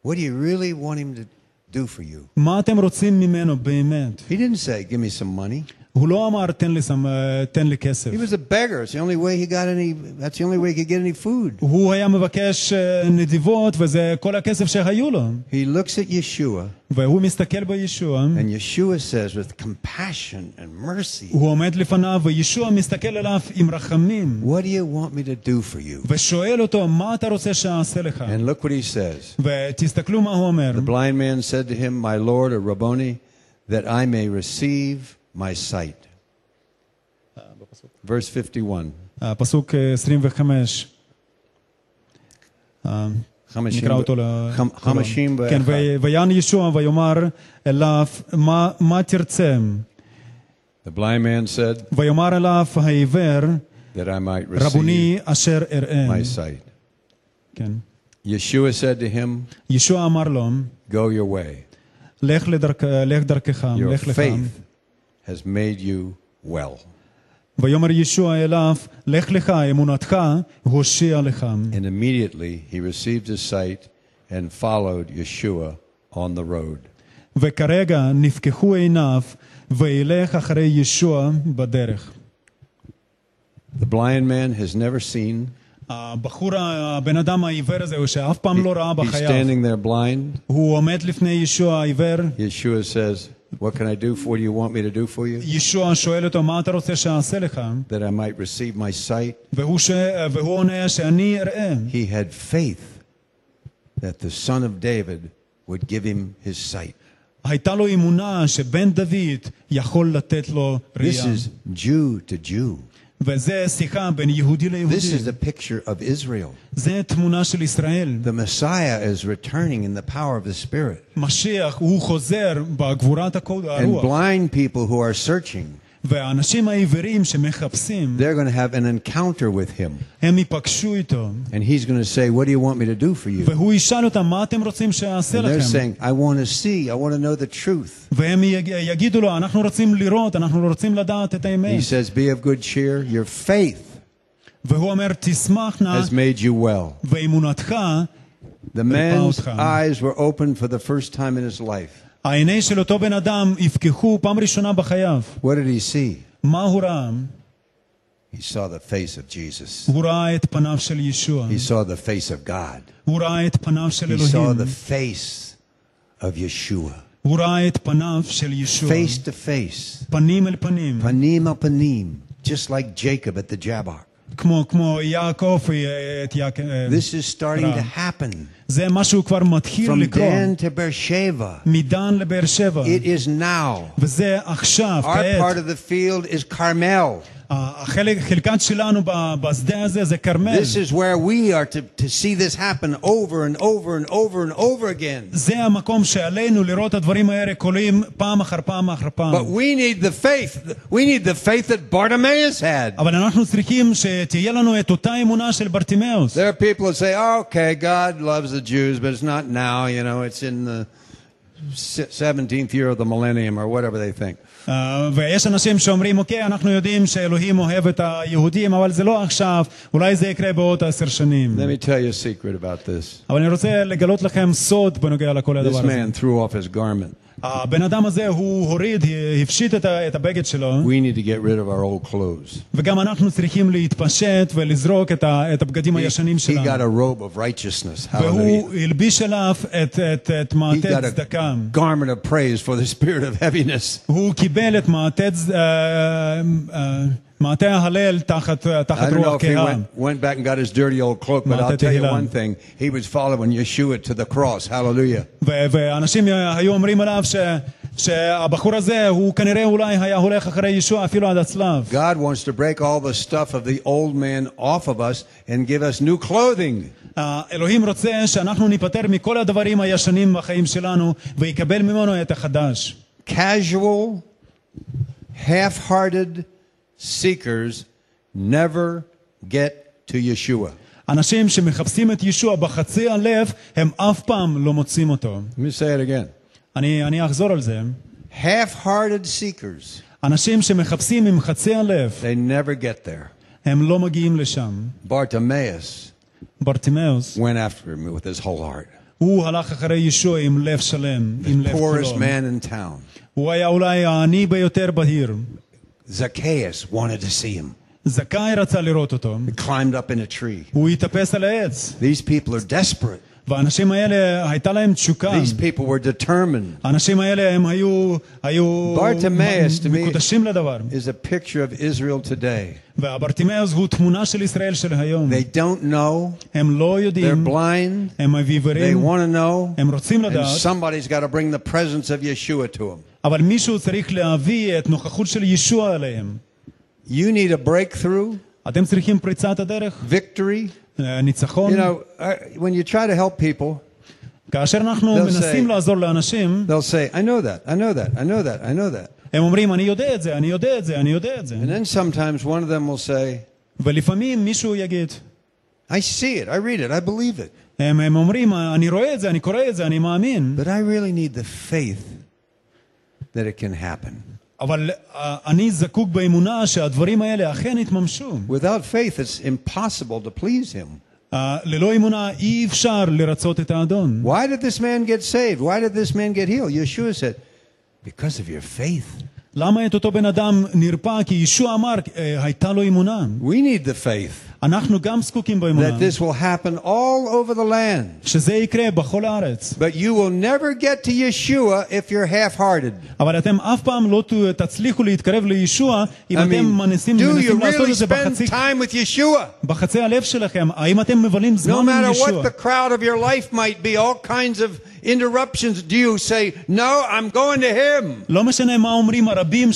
[SPEAKER 2] What do you really want him to do for you?
[SPEAKER 1] מה אתם רוצים ממנו באמת?
[SPEAKER 2] He didn't say, Give me some money.
[SPEAKER 1] הוא לא אמר תן לי, סמ... תן לי כסף.
[SPEAKER 2] He was a beggar. It's the only way he got any, that's the only way he could get any food.
[SPEAKER 1] הוא היה מבקש אה, נדיבות, וזה כל הכסף שהיו לו.
[SPEAKER 2] He looks at Yeshua,
[SPEAKER 1] והוא מסתכל בישוע,
[SPEAKER 2] and Yeshua says, with compassion and mercy,
[SPEAKER 1] הוא עומד לפניו, וישוע מסתכל עליו עם רחמים,
[SPEAKER 2] What do you want me to do for you?
[SPEAKER 1] ושואל אותו, מה אתה רוצה שאעשה לך?
[SPEAKER 2] And look what he says.
[SPEAKER 1] ותסתכלו מה הוא אומר.
[SPEAKER 2] The blind man said to him, My Lord, or Rabboni, that I may receive my sight. Verse 51.
[SPEAKER 1] הפסוק אה, 25. אה, נקרא אותו ל...
[SPEAKER 2] חמ- חמשים
[SPEAKER 1] כן,
[SPEAKER 2] ואחד.
[SPEAKER 1] ו- ויען ישוע ויאמר אליו, "מה- מה תרצה?
[SPEAKER 2] The blind man said,
[SPEAKER 1] ויאמר אליו העיוור,
[SPEAKER 2] That I might receive
[SPEAKER 1] רבוני אשר אראה.
[SPEAKER 2] my sight.
[SPEAKER 1] כן.
[SPEAKER 2] Yeshua said to him,
[SPEAKER 1] ישוע אמר לו,
[SPEAKER 2] Go your way.
[SPEAKER 1] לך, לדרכ... לך דרכך,
[SPEAKER 2] Your
[SPEAKER 1] לך לך.
[SPEAKER 2] faith has made you well.
[SPEAKER 1] ויאמר ישוע אליו, לך לך, אמונתך הושיע לך.
[SPEAKER 2] And immediately he received his sight and followed Yeshua on the road.
[SPEAKER 1] וכרגע נפקחו עיניו, וילך אחרי ישוע בדרך.
[SPEAKER 2] The blind man has never seen.
[SPEAKER 1] הבחור, ה- הבן אדם העיוור הזה, הוא שאף פעם לא ראה
[SPEAKER 2] He's
[SPEAKER 1] בחייו,
[SPEAKER 2] standing there blind.
[SPEAKER 1] הוא עומד לפני ישוע העיוור,
[SPEAKER 2] Yeshua says, What can I do for you? What do you want me to do for you?
[SPEAKER 1] ישוע שואל אותו, מה אתה רוצה שאעשה לך?
[SPEAKER 2] That I might receive my sight.
[SPEAKER 1] והוא, ש... והוא עונה שאני אראה.
[SPEAKER 2] He had faith that the Son of David would give him his sight.
[SPEAKER 1] הייתה לו אמונה שבן דוד יכול לתת לו
[SPEAKER 2] This
[SPEAKER 1] ראייה.
[SPEAKER 2] is Jew to Jew.
[SPEAKER 1] וזה שיחה בין יהודי
[SPEAKER 2] This
[SPEAKER 1] ליהודי.
[SPEAKER 2] is the picture of Israel.
[SPEAKER 1] זה תמונה של ישראל.
[SPEAKER 2] The Messiah is returning in the power of the Spirit.
[SPEAKER 1] משיח, הוא חוזר בגבורת הקוד-
[SPEAKER 2] And
[SPEAKER 1] הרוח.
[SPEAKER 2] blind people who are searching,
[SPEAKER 1] והאנשים העיוורים שמחפשים,
[SPEAKER 2] they're going to have an encounter with him.
[SPEAKER 1] הם ייפגשו איתו.
[SPEAKER 2] And he's going to say, What do you want me to do for you?
[SPEAKER 1] והוא ישאל אותם, מה אתם רוצים שאעשה
[SPEAKER 2] And they're
[SPEAKER 1] לכם?
[SPEAKER 2] saying, I want to see. I want to know the truth.
[SPEAKER 1] והם יג- יגידו לו, אנחנו רוצים לראות, אנחנו רוצים לדעת את
[SPEAKER 2] He
[SPEAKER 1] האמת.
[SPEAKER 2] says, Be of good cheer. Your faith
[SPEAKER 1] והוא אומר, תשמח נא,
[SPEAKER 2] has made you well.
[SPEAKER 1] ואמונתך,
[SPEAKER 2] The man's
[SPEAKER 1] Repauskan.
[SPEAKER 2] eyes were opened for the first time in his life.
[SPEAKER 1] העיני של אותו בן אדם יפקחו פעם ראשונה בחייו.
[SPEAKER 2] What did he see?
[SPEAKER 1] מה הוא ראה?
[SPEAKER 2] He saw the face of Jesus.
[SPEAKER 1] הוא ראה את פניו של ישוע,
[SPEAKER 2] He saw the face of God.
[SPEAKER 1] הוא ראה את פניו של
[SPEAKER 2] He saw
[SPEAKER 1] אלוהים,
[SPEAKER 2] the face of Yeshua.
[SPEAKER 1] הוא ראה את פניו של ישוע,
[SPEAKER 2] Face to face.
[SPEAKER 1] פנים אל פנים,
[SPEAKER 2] Panim al panim. Just like Jacob at the Jabbok.
[SPEAKER 1] כמו כמו יעקב, אה, את יעקב, אה,
[SPEAKER 2] This is starting to
[SPEAKER 1] Right.
[SPEAKER 2] happen.
[SPEAKER 1] זה משהו כבר מתחיל
[SPEAKER 2] From Dan
[SPEAKER 1] לקרות,
[SPEAKER 2] to Beersheba.
[SPEAKER 1] מדן לבאר שבע,
[SPEAKER 2] It is now.
[SPEAKER 1] וזה עכשיו,
[SPEAKER 2] Our
[SPEAKER 1] כעת,
[SPEAKER 2] part of the field is Carmel.
[SPEAKER 1] החלק, חלקן שלנו ב- בשדה הזה זה כרמל.
[SPEAKER 2] This is where we are to, to see this happen over and over and over and over again.
[SPEAKER 1] זה המקום שעלינו לראות את הדברים האלה קורים פעם אחר פעם אחר פעם.
[SPEAKER 2] But we need the faith. We need the faith that Bartimaeus had.
[SPEAKER 1] אבל אנחנו צריכים שתהיה לנו את אותה אמונה של ברטימאוס.
[SPEAKER 2] There are people that say, oh, okay, God loves the Jews, but it's not now, you know, it's in the se- 17th year of the millennium or whatever they think.
[SPEAKER 1] אה, ויש אנשים שאומרים, אוקיי, אנחנו יודעים שאלוהים אוהב את היהודים, אבל זה לא עכשיו, אולי זה יקרה בעוד עשר שנים.
[SPEAKER 2] Let me tell you a secret about this.
[SPEAKER 1] אבל אני רוצה לגלות לכם סוד בנוגע לכל הדבר
[SPEAKER 2] This
[SPEAKER 1] הזה.
[SPEAKER 2] man threw off his garment.
[SPEAKER 1] הבן אדם הזה, הוא הוריד, הפשיט את ה- את הבגד שלו,
[SPEAKER 2] We need to get rid of our old clothes.
[SPEAKER 1] וגם אנחנו צריכים להתפשט ולזרוק את ה- את הבגדים
[SPEAKER 2] He,
[SPEAKER 1] הישנים
[SPEAKER 2] he got
[SPEAKER 1] שלנו.
[SPEAKER 2] a robe of righteousness. Hallelujah.
[SPEAKER 1] והוא הלביש עליו את- את- את
[SPEAKER 2] He
[SPEAKER 1] מעטה
[SPEAKER 2] got
[SPEAKER 1] צדקה.
[SPEAKER 2] a garment of praise for the spirit of heaviness.
[SPEAKER 1] הוא קיבל את מעטה צ- אה, אה, מעטה ההלל תחת
[SPEAKER 2] I
[SPEAKER 1] תחת
[SPEAKER 2] don't know
[SPEAKER 1] רוח
[SPEAKER 2] if he
[SPEAKER 1] קהה.
[SPEAKER 2] went, went back and got his dirty old cloak, but I'll tell you one thing. He was following Yeshua to the cross. Hallelujah.
[SPEAKER 1] ו- ואנשים היו אומרים עליו ש... שהבחור הזה הוא כנראה אולי היה הולך אחרי ישוע אפילו עד הצלב.
[SPEAKER 2] God wants to break all the stuff of the old man off of us and give us new clothing.
[SPEAKER 1] אה, אלוהים רוצה שאנחנו ניפטר מכל הדברים הישנים בחיים שלנו ויקבל ממנו את החדש.
[SPEAKER 2] Casual, half hearted seekers never get to Yeshua.
[SPEAKER 1] אנשים שמחפשים את ישוע בחצי הלב הם אף פעם לא מוצאים אותו.
[SPEAKER 2] Let me say it again.
[SPEAKER 1] אני, אני אחזור על זה.
[SPEAKER 2] Half hearted seekers,
[SPEAKER 1] אנשים שמחפשים עם חצי הלב
[SPEAKER 2] they never get there.
[SPEAKER 1] הם לא מגיעים לשם.
[SPEAKER 2] Bartimaeus
[SPEAKER 1] ברטימאוס,
[SPEAKER 2] went after him with his whole heart.
[SPEAKER 1] הוא הלך אחרי ישוע עם לב שלם, עם לב
[SPEAKER 2] Poorest
[SPEAKER 1] כולו.
[SPEAKER 2] man in town.
[SPEAKER 1] הוא היה אולי העני ביותר בעיר.
[SPEAKER 2] Zacchaeus wanted to see him.
[SPEAKER 1] זכאי רצה לראות אותו.
[SPEAKER 2] He climbed up in a tree.
[SPEAKER 1] הוא התאפס על העץ.
[SPEAKER 2] These people are desperate.
[SPEAKER 1] והאנשים האלה, הייתה להם תשוקה.
[SPEAKER 2] These people were determined.
[SPEAKER 1] האנשים האלה, הם היו, היו
[SPEAKER 2] ברטימאוס, to me-
[SPEAKER 1] מקודשים לדבר.
[SPEAKER 2] is a picture of Israel today.
[SPEAKER 1] והברטימאוס הוא תמונה של ישראל של היום.
[SPEAKER 2] They don't know.
[SPEAKER 1] הם לא
[SPEAKER 2] They're
[SPEAKER 1] יודעים,
[SPEAKER 2] blind.
[SPEAKER 1] הם
[SPEAKER 2] They
[SPEAKER 1] אביברים,
[SPEAKER 2] want to know.
[SPEAKER 1] הם רוצים
[SPEAKER 2] And
[SPEAKER 1] לדעת,
[SPEAKER 2] somebody's got to bring the presence of Yeshua to them.
[SPEAKER 1] אבל מישהו צריך להביא את נוכחות של ישוע עליהם.
[SPEAKER 2] You need a breakthrough,
[SPEAKER 1] אתם צריכים פריצת הדרך,
[SPEAKER 2] victory.
[SPEAKER 1] אה, ניצחון.
[SPEAKER 2] You know, uh, when you try to help people,
[SPEAKER 1] כאשר אנחנו
[SPEAKER 2] they'll
[SPEAKER 1] מנסים
[SPEAKER 2] say-
[SPEAKER 1] לעזור לאנשים,
[SPEAKER 2] they'll say, I know that, I know that, I know that, I know that.
[SPEAKER 1] הם אומרים, אני יודע את זה, אני יודע את זה, אני יודע את זה.
[SPEAKER 2] And then sometimes one of them will say,
[SPEAKER 1] ולפעמים מישהו יגיד,
[SPEAKER 2] I see it, I read it, I believe it.
[SPEAKER 1] הם, הם אומרים, אני רואה את זה, אני קורא את זה, אני מאמין,
[SPEAKER 2] But I really need the faith that it can happen.
[SPEAKER 1] אבל אה, אני זקוק באמונה שהדברים האלה אכן יתממשו.
[SPEAKER 2] Without faith, it's impossible to please Him.
[SPEAKER 1] אה, ללא אמונה אי אפשר לרצות את האדון.
[SPEAKER 2] Why did this man get saved? Why did this man get healed? Yeshua said, Because of your faith.
[SPEAKER 1] למה את אותו בן אדם נרפא? כי ישוע אמר, אה, הייתה לו אמונה.
[SPEAKER 2] We need the faith
[SPEAKER 1] אנחנו גם זקוקים באמונה,
[SPEAKER 2] that this will happen all over the land.
[SPEAKER 1] שזה יקרה בכל הארץ.
[SPEAKER 2] But you will never get to Yeshua if you're half hearted.
[SPEAKER 1] אבל אתם אף פעם לא ת- תצליחו להתקרב לישוע אם
[SPEAKER 2] I
[SPEAKER 1] אתם
[SPEAKER 2] mean,
[SPEAKER 1] מנסים
[SPEAKER 2] do you
[SPEAKER 1] מנסים לעשות
[SPEAKER 2] really
[SPEAKER 1] את זה
[SPEAKER 2] spend
[SPEAKER 1] בחצי-
[SPEAKER 2] time with Yeshua?
[SPEAKER 1] בחצי הלב שלכם. האם אתם מבלים זמן
[SPEAKER 2] No
[SPEAKER 1] עם
[SPEAKER 2] matter
[SPEAKER 1] ישוע?
[SPEAKER 2] what the crowd of your life might be, all kinds of interruptions, do you say, No, I'm going to Him?
[SPEAKER 1] לא משנה מה אומרים הרבים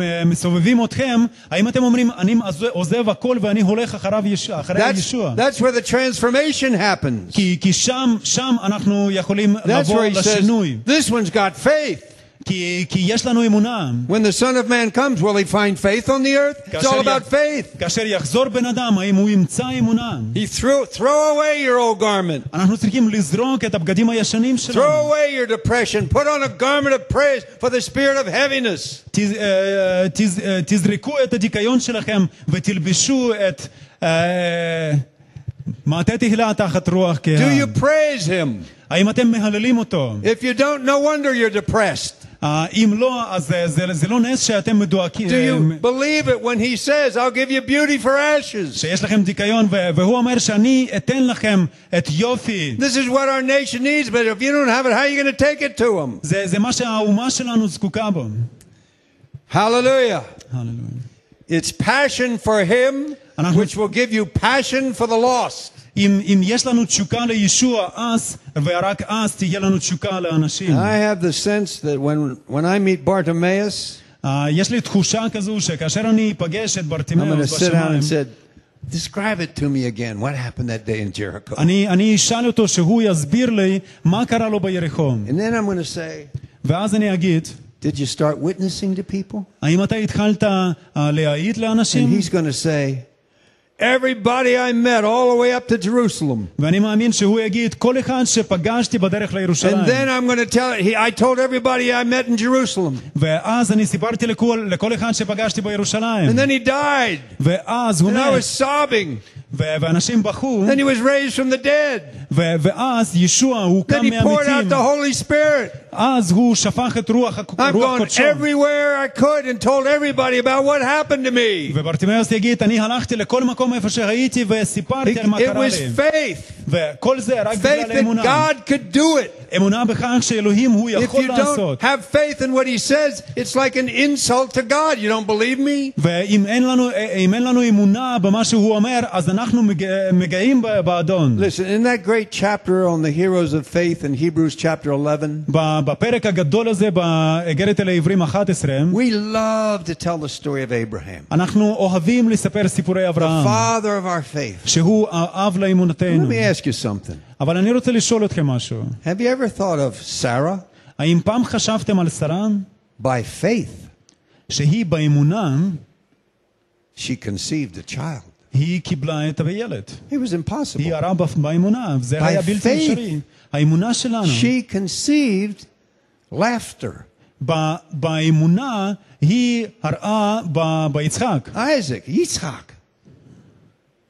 [SPEAKER 1] שמסובבים אתכם, האם אתם אומרים, אני עוזב- עוזב הכל ואני הולך אחריו יש- אחרי
[SPEAKER 2] That's,
[SPEAKER 1] ישוע?
[SPEAKER 2] that's where the transformation happens.
[SPEAKER 1] כי, כי שם, שם אנחנו יכולים
[SPEAKER 2] That's
[SPEAKER 1] לבוא
[SPEAKER 2] where He says,
[SPEAKER 1] לשינוי.
[SPEAKER 2] This one's got faith.
[SPEAKER 1] כי, כי יש לנו אמונה.
[SPEAKER 2] When the Son of Man comes, will he find faith on the earth? It's all about faith.
[SPEAKER 1] כאשר יחזור בן אדם, האם הוא ימצא אמונה?
[SPEAKER 2] He threw, throw away your old garment.
[SPEAKER 1] אנחנו צריכים לזרוק את הבגדים הישנים
[SPEAKER 2] Throw
[SPEAKER 1] שלנו.
[SPEAKER 2] away your depression. Put on a garment of praise for the spirit of heaviness.
[SPEAKER 1] תז, אה, תז, אה, תזרקו את הדיכאון שלכם ותלבשו את אה, מעטה תהילה תחת רוח
[SPEAKER 2] Do
[SPEAKER 1] קהה.
[SPEAKER 2] you praise him?
[SPEAKER 1] האם אתם מהללים אותו?
[SPEAKER 2] If you don't, no wonder you're depressed.
[SPEAKER 1] אה, אם לא, אז אה, זה, זה לא נס שאתם מדועקים,
[SPEAKER 2] Do you
[SPEAKER 1] אה,
[SPEAKER 2] believe it when he says, I'll give you beauty for ashes?
[SPEAKER 1] שיש לכם דיכאון, ו- והוא אומר שאני אתן לכם את יופי.
[SPEAKER 2] This is what our nation needs, but if you don't have it, how are you going to take it to them?
[SPEAKER 1] זה, זה מה שהאומה שלנו זקוקה בו.
[SPEAKER 2] Hallelujah.
[SPEAKER 1] הללויה.
[SPEAKER 2] It's passion for him,
[SPEAKER 1] אנחנו-
[SPEAKER 2] which will give you passion for the lost.
[SPEAKER 1] אם, אם יש לנו תשוקה לישוע אז, ורק אז תהיה לנו תשוקה לאנשים.
[SPEAKER 2] אה. I have the sense that when when I meet Bartimaeus,
[SPEAKER 1] אה, יש לי תחושה כזו שכאשר אני אפגש את
[SPEAKER 2] I'm going to
[SPEAKER 1] ברטימאוס
[SPEAKER 2] sit down
[SPEAKER 1] בשמיים,
[SPEAKER 2] and said, describe it to me again. What happened that day in Jericho?
[SPEAKER 1] אני, אני אשאל אותו שהוא יסביר לי מה קרה לו ביריחו.
[SPEAKER 2] And then I'm going to say,
[SPEAKER 1] ואז אני אגיד,
[SPEAKER 2] did you start witnessing to people?
[SPEAKER 1] האם אתה התחלת אה, להעיד
[SPEAKER 2] And
[SPEAKER 1] לאנשים?
[SPEAKER 2] he's going to say, everybody I met all the way up to Jerusalem.
[SPEAKER 1] ואני מאמין שהוא יגיד, כל אחד שפגשתי בדרך
[SPEAKER 2] And then
[SPEAKER 1] לירושלים.
[SPEAKER 2] I'm going to tell it. He, I told everybody I met in Jerusalem.
[SPEAKER 1] ואז אני סיפרתי לכל, לכל אחד שפגשתי בירושלים.
[SPEAKER 2] And then he died.
[SPEAKER 1] ואז הוא
[SPEAKER 2] And I
[SPEAKER 1] מת,
[SPEAKER 2] was sobbing.
[SPEAKER 1] ו- ואנשים בכו,
[SPEAKER 2] Then he was raised from the dead.
[SPEAKER 1] ו- ואז ישוע הוא
[SPEAKER 2] Then
[SPEAKER 1] קם
[SPEAKER 2] he poured out
[SPEAKER 1] מהמתים,
[SPEAKER 2] the Holy Spirit.
[SPEAKER 1] אז הוא שפך את רוח הק-
[SPEAKER 2] I've
[SPEAKER 1] רוח
[SPEAKER 2] gone
[SPEAKER 1] קודשו.
[SPEAKER 2] everywhere I could and told everybody about what happened to me.
[SPEAKER 1] וברטימאוס יגיד, אני הלכתי לכל מקום איפה שהייתי וסיפרתי על מה
[SPEAKER 2] It
[SPEAKER 1] קרה
[SPEAKER 2] was
[SPEAKER 1] לי.
[SPEAKER 2] faith.
[SPEAKER 1] וכל זה רק
[SPEAKER 2] Faith
[SPEAKER 1] בגלל
[SPEAKER 2] that
[SPEAKER 1] האמונה.
[SPEAKER 2] God could do it.
[SPEAKER 1] אמונה בכך שאלוהים הוא
[SPEAKER 2] If
[SPEAKER 1] יכול
[SPEAKER 2] you don't
[SPEAKER 1] לעשות.
[SPEAKER 2] have faith in what he says, it's like an insult to God. You don't believe me?
[SPEAKER 1] ואם אין לנו, אם אין לנו אמונה במה שהוא אומר, אז אנחנו מג- מגעים ב- באדון.
[SPEAKER 2] Listen, in that great chapter on the heroes of faith in Hebrews chapter 11,
[SPEAKER 1] ב- בפרק הגדול הזה, באיגרת אל העברים 11,
[SPEAKER 2] we love to tell the story of Abraham,
[SPEAKER 1] אנחנו אוהבים לספר סיפורי אברהם,
[SPEAKER 2] father of our faith.
[SPEAKER 1] שהוא האב
[SPEAKER 2] Let
[SPEAKER 1] לאמונתנו.
[SPEAKER 2] me ask you something.
[SPEAKER 1] אבל אני רוצה לשאול אתכם משהו.
[SPEAKER 2] Have you ever thought of Sarah?
[SPEAKER 1] האם פעם חשבתם על שרה
[SPEAKER 2] By faith,
[SPEAKER 1] שהיא באמונה,
[SPEAKER 2] she conceived a child.
[SPEAKER 1] היא קיבלה את הילד.
[SPEAKER 2] It was impossible.
[SPEAKER 1] היא הרע ב- באמונה,
[SPEAKER 2] By
[SPEAKER 1] זה היה בלתי
[SPEAKER 2] faith.
[SPEAKER 1] אפשרי. האמונה שלנו,
[SPEAKER 2] She conceived laughter.
[SPEAKER 1] ב- באמונה, היא הרעה ב- ביצחק.
[SPEAKER 2] Isaac, Yitzhak.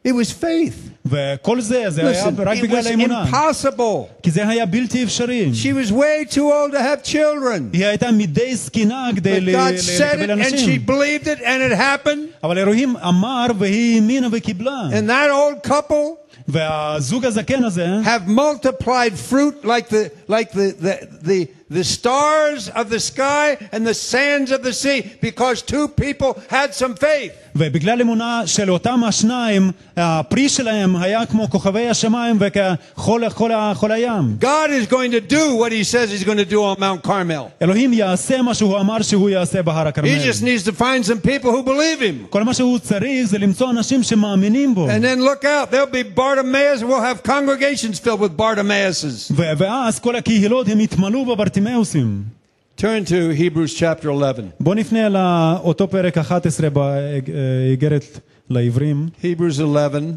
[SPEAKER 2] It was faith.
[SPEAKER 1] וכל זה, זה היה
[SPEAKER 2] Listen,
[SPEAKER 1] רק
[SPEAKER 2] it
[SPEAKER 1] בגלל
[SPEAKER 2] was
[SPEAKER 1] האמונה.
[SPEAKER 2] impossible.
[SPEAKER 1] כי זה היה בלתי אפשרי.
[SPEAKER 2] She was way too old to have children.
[SPEAKER 1] היא הייתה מדי זקנה כדי
[SPEAKER 2] But
[SPEAKER 1] ל-
[SPEAKER 2] God
[SPEAKER 1] ל-
[SPEAKER 2] said it
[SPEAKER 1] לקבל
[SPEAKER 2] and she
[SPEAKER 1] אנשים.
[SPEAKER 2] believed it and it happened.
[SPEAKER 1] אבל אלוהים אמר והיא האמינה וקיבלה.
[SPEAKER 2] And that old couple
[SPEAKER 1] והזוג הזקן הזה,
[SPEAKER 2] have multiplied fruit like the like the the, the the stars of the sky and the sands of the sea because two people had some faith.
[SPEAKER 1] ובגלל אמונה של אותם השניים, הפרי שלהם היה כמו כוכבי השמיים וככל כל ה- כל הים.
[SPEAKER 2] God is going to do what he says he's going to do on Mount Carmel.
[SPEAKER 1] אלוהים יעשה מה שהוא אמר שהוא יעשה בהר
[SPEAKER 2] He
[SPEAKER 1] הכרמל.
[SPEAKER 2] just needs to find some people who believe him.
[SPEAKER 1] כל מה שהוא צריך זה למצוא אנשים שמאמינים בו.
[SPEAKER 2] And then look out, there'll be Bartimaeus. We'll have congregations filled with Bartimaeuses.
[SPEAKER 1] ו- ואז כל הקהילות הם יתמלאו בברטימאוסים.
[SPEAKER 2] Turn to Hebrews chapter 11.
[SPEAKER 1] בואו נפנה לאותו פרק 11 אה, באיגרת לעברים,
[SPEAKER 2] Hebrews 11,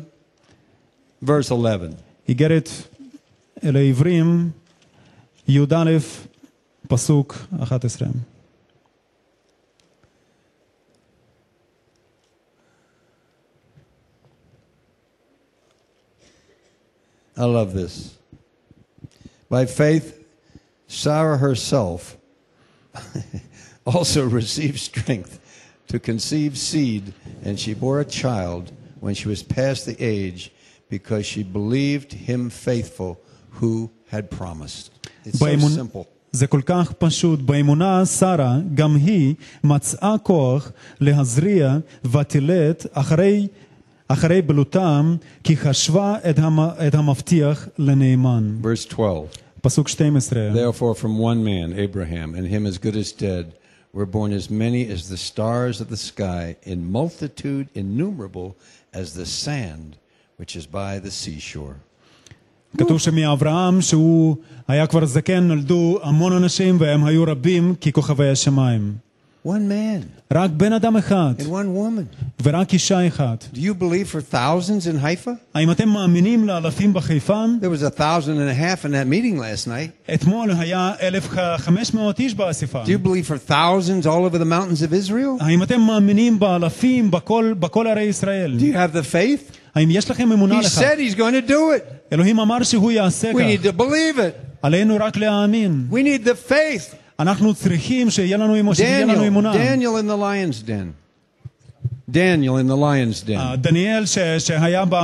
[SPEAKER 2] verse 11.
[SPEAKER 1] איגרת לעברים, י"א, פסוק 11.
[SPEAKER 2] I love this. By faith, Sarah herself also received strength to conceive seed, and she bore a child when she was past the age because she believed him faithful who had promised. It's so
[SPEAKER 1] באמונה-
[SPEAKER 2] simple.
[SPEAKER 1] זה כל כך פשוט. באמונה שרה, גם היא, מצאה כוח להזריע ותלד אחרי, אחרי בלותם, כי חשבה את, המ, את המבטיח לנאמן.
[SPEAKER 2] Verse 12.
[SPEAKER 1] פסוק 12.
[SPEAKER 2] Therefore, from one man, Abraham, and him as good as dead, were born as many as the stars of the sky, in multitude innumerable as the sand which is by the seashore.
[SPEAKER 1] כתוב שמאברהם, שהוא היה כבר זקן, נולדו המון אנשים והם היו רבים ככוכבי השמיים.
[SPEAKER 2] One man
[SPEAKER 1] רק בן אדם אחד
[SPEAKER 2] and one woman.
[SPEAKER 1] ורק אישה אחת.
[SPEAKER 2] Do you believe for thousands in Haifa?
[SPEAKER 1] האם אתם מאמינים לאלפים בחיפה?
[SPEAKER 2] There was a thousand and a half in that meeting last night.
[SPEAKER 1] אתמול היה 1,500 איש באספה.
[SPEAKER 2] Do you believe for thousands all over the mountains of Israel?
[SPEAKER 1] האם אתם מאמינים באלפים בכל, בכל ערי ישראל?
[SPEAKER 2] Do you have the faith?
[SPEAKER 1] האם יש לכם אמונה
[SPEAKER 2] He
[SPEAKER 1] לך?
[SPEAKER 2] said he's going to do it.
[SPEAKER 1] אלוהים אמר שהוא יעשה
[SPEAKER 2] We need
[SPEAKER 1] כך.
[SPEAKER 2] to believe it.
[SPEAKER 1] עלינו רק להאמין.
[SPEAKER 2] We need the faith.
[SPEAKER 1] אנחנו צריכים שיהיה לנו אמונה. שיהיה לנו
[SPEAKER 2] Daniel,
[SPEAKER 1] אמונה.
[SPEAKER 2] Daniel in the lion's den. Daniel in the lion's den.
[SPEAKER 1] אה, דניאל ש, שהיה ב,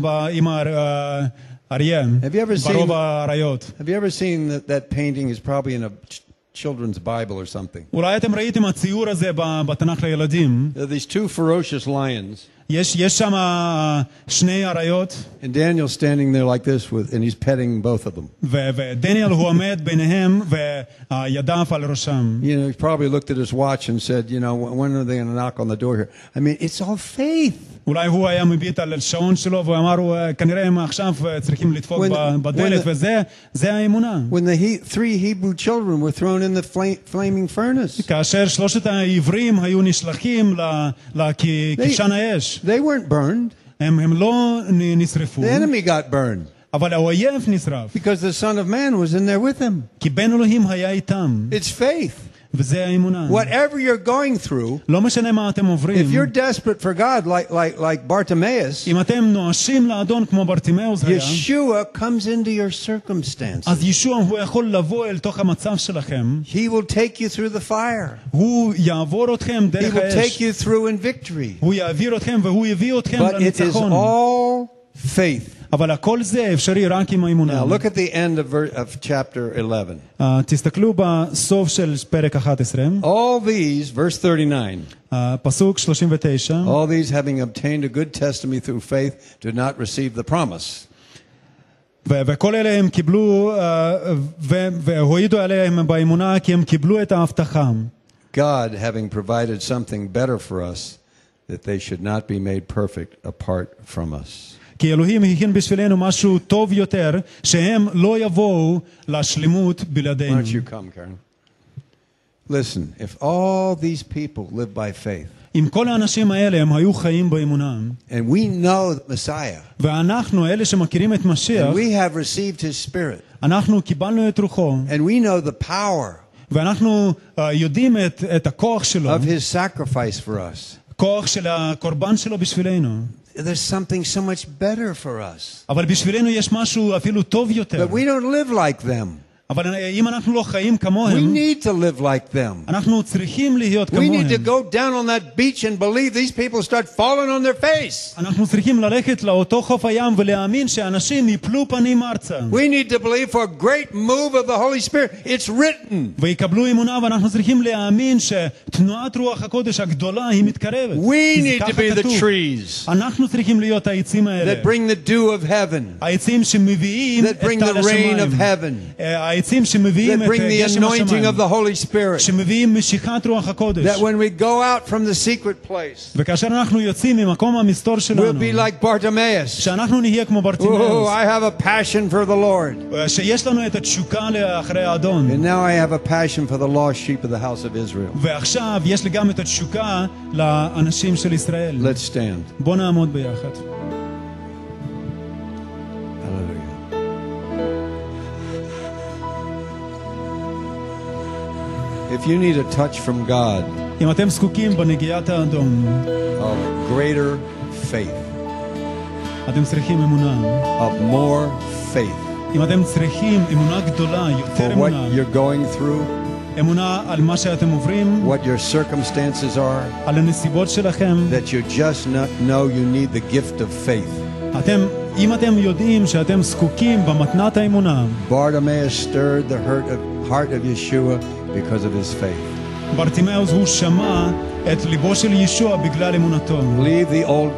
[SPEAKER 1] ב, עם האר- אה, האריה,
[SPEAKER 2] Have you ever
[SPEAKER 1] ברוב
[SPEAKER 2] seen-
[SPEAKER 1] האריות.
[SPEAKER 2] Have you ever seen that, that painting? Is probably in a ch- children's Bible or something.
[SPEAKER 1] אולי אתם ראיתם הציור הזה ב- בתנ"ך לילדים.
[SPEAKER 2] There are these two ferocious lions,
[SPEAKER 1] יש, יש שם אה, שני אריות,
[SPEAKER 2] And Daniel's standing there like this with, and he's petting both of them.
[SPEAKER 1] ו- ודניאל הוא עומד ביניהם וידיו על ראשם.
[SPEAKER 2] You know, he probably looked at his watch and said, you know, when are they going to knock on the door here? I mean, it's all faith.
[SPEAKER 1] אולי הוא היה מביט על השעון שלו ואמר, "הוא, אה, כנראה הם עכשיו אה, צריכים לדפוק
[SPEAKER 2] When-
[SPEAKER 1] ב- בדלת,
[SPEAKER 2] when the-
[SPEAKER 1] וזה זה האמונה.
[SPEAKER 2] When the he, three Hebrew children were thrown in the fla- flaming furnace,
[SPEAKER 1] כאשר שלושת העברים היו נשלחים ל- לכבשן האש,
[SPEAKER 2] they weren't burned.
[SPEAKER 1] הם, הם לא נ- נשרפו,
[SPEAKER 2] The enemy got burned
[SPEAKER 1] אבל האויב נשרף,
[SPEAKER 2] because the Son of Man was in there with him.
[SPEAKER 1] כי בן אלוהים היה איתם,
[SPEAKER 2] It's faith.
[SPEAKER 1] וזה האמונה.
[SPEAKER 2] Whatever you're going through,
[SPEAKER 1] לא משנה מה אתם עוברים,
[SPEAKER 2] if you're desperate for God, like like like Bartimaeus,
[SPEAKER 1] אם אתם נואשים לאדון כמו ברטימאוס היה,
[SPEAKER 2] Yeshua comes into your circumstance.
[SPEAKER 1] אז ישוע הוא יכול לבוא אל תוך המצב שלכם,
[SPEAKER 2] He will take you through the fire.
[SPEAKER 1] הוא יעבור אתכם
[SPEAKER 2] He
[SPEAKER 1] דרך
[SPEAKER 2] will take
[SPEAKER 1] האש,
[SPEAKER 2] you through in victory.
[SPEAKER 1] הוא יעביר אתכם והוא הביא אתכם
[SPEAKER 2] But it is
[SPEAKER 1] לניצחון.
[SPEAKER 2] all faith.
[SPEAKER 1] אבל הכל זה אפשרי רק עם האמונה.
[SPEAKER 2] Now look at the end of, ver- of chapter 11.
[SPEAKER 1] אה, תסתכלו בסוף של פרק 11,
[SPEAKER 2] All these, verse 39,
[SPEAKER 1] אה, פסוק 39.
[SPEAKER 2] all these having obtained a good testimony through faith did not receive the promise.
[SPEAKER 1] ו- וכל אלה הם קיבלו, אה, ו- והועידו עליהם באמונה כי הם קיבלו את ההבטחה.
[SPEAKER 2] God having provided something better for us that they should not be made perfect apart from us.
[SPEAKER 1] כי אלוהים הכין בשבילנו משהו טוב יותר, שהם לא yavo'u לשלמות
[SPEAKER 2] Why
[SPEAKER 1] בלעדינו.
[SPEAKER 2] don't you come, Karen? Listen, if all these people live by faith,
[SPEAKER 1] אם כל האנשים האלה הם היו חיים באמונה,
[SPEAKER 2] and we know the Messiah,
[SPEAKER 1] ואנחנו, אלה שמכירים את משיח,
[SPEAKER 2] and we have received his spirit,
[SPEAKER 1] אנחנו קיבלנו את רוחו,
[SPEAKER 2] and we know the power
[SPEAKER 1] ואנחנו אה, יודעים את, את הכוח שלו,
[SPEAKER 2] of his sacrifice for us,
[SPEAKER 1] כוח של הקורבן שלו בשבילנו.
[SPEAKER 2] there's something so much better for us.
[SPEAKER 1] אבל בשבילנו יש משהו אפילו טוב יותר.
[SPEAKER 2] But we don't live like them.
[SPEAKER 1] אבל אה, אם אנחנו לא חיים
[SPEAKER 2] We
[SPEAKER 1] כמוהם,
[SPEAKER 2] need to live like them.
[SPEAKER 1] אנחנו צריכים להיות
[SPEAKER 2] We
[SPEAKER 1] כמוהם.
[SPEAKER 2] need to go down on that beach and believe these people start falling on their face.
[SPEAKER 1] אנחנו צריכים ללכת לאותו חוף הים ולהאמין שאנשים יפלו פנים ארצה.
[SPEAKER 2] We need to believe for a great move of the Holy Spirit. It's written.
[SPEAKER 1] ויקבלו אמונה, ואנחנו צריכים להאמין שתנועת רוח הקודש הגדולה היא מתקרבת.
[SPEAKER 2] We
[SPEAKER 1] כי זה
[SPEAKER 2] need to
[SPEAKER 1] ככה
[SPEAKER 2] be the
[SPEAKER 1] כתוב.
[SPEAKER 2] trees
[SPEAKER 1] אנחנו צריכים להיות העצים האלה.
[SPEAKER 2] that bring the dew of heaven,
[SPEAKER 1] העצים שמביאים
[SPEAKER 2] that
[SPEAKER 1] את
[SPEAKER 2] bring
[SPEAKER 1] טל
[SPEAKER 2] the rain of
[SPEAKER 1] השמיים.
[SPEAKER 2] heaven,
[SPEAKER 1] אה, העצים שמביאים
[SPEAKER 2] that
[SPEAKER 1] את
[SPEAKER 2] bring
[SPEAKER 1] אה,
[SPEAKER 2] the
[SPEAKER 1] גשם
[SPEAKER 2] anointing
[SPEAKER 1] השמיים.
[SPEAKER 2] of the Holy Spirit,
[SPEAKER 1] שמביאים משיכת רוח הקודש.
[SPEAKER 2] that when we go out from the secret place,
[SPEAKER 1] וכאשר אנחנו יוצאים ממקום המסתור
[SPEAKER 2] we'll
[SPEAKER 1] שלנו,
[SPEAKER 2] be like Bartimaeus.
[SPEAKER 1] שאנחנו נהיה כמו
[SPEAKER 2] Oh,
[SPEAKER 1] ברטימאוס,
[SPEAKER 2] I have a passion for the Lord.
[SPEAKER 1] אה, שיש לנו את התשוקה לאחרי האדון.
[SPEAKER 2] And now I have a passion for the lost sheep of the house of Israel.
[SPEAKER 1] ועכשיו יש לי גם את התשוקה לאנשים של ישראל.
[SPEAKER 2] Let's stand.
[SPEAKER 1] בוא נעמוד ביחד.
[SPEAKER 2] Hallelujah. If you need a touch from God
[SPEAKER 1] אם אתם זקוקים בנגיעת האדום,
[SPEAKER 2] of greater faith,
[SPEAKER 1] אתם צריכים אמונה.
[SPEAKER 2] of more faith
[SPEAKER 1] אם אתם צריכים אמונה גדולה, יותר
[SPEAKER 2] for what
[SPEAKER 1] אמונה,
[SPEAKER 2] you're going through,
[SPEAKER 1] אמונה על מה שאתם עוברים,
[SPEAKER 2] what your circumstances are,
[SPEAKER 1] על הנסיבות שלכם,
[SPEAKER 2] that you just not know you need the gift of faith.
[SPEAKER 1] אתם, אם אתם יודעים שאתם זקוקים במתנת האמונה,
[SPEAKER 2] Bartimaeus stirred the heart of, heart of Yeshua because of his faith.
[SPEAKER 1] ברטימאוס הוא שמע את ליבו של ישוע בגלל אמונתו.
[SPEAKER 2] Leave the old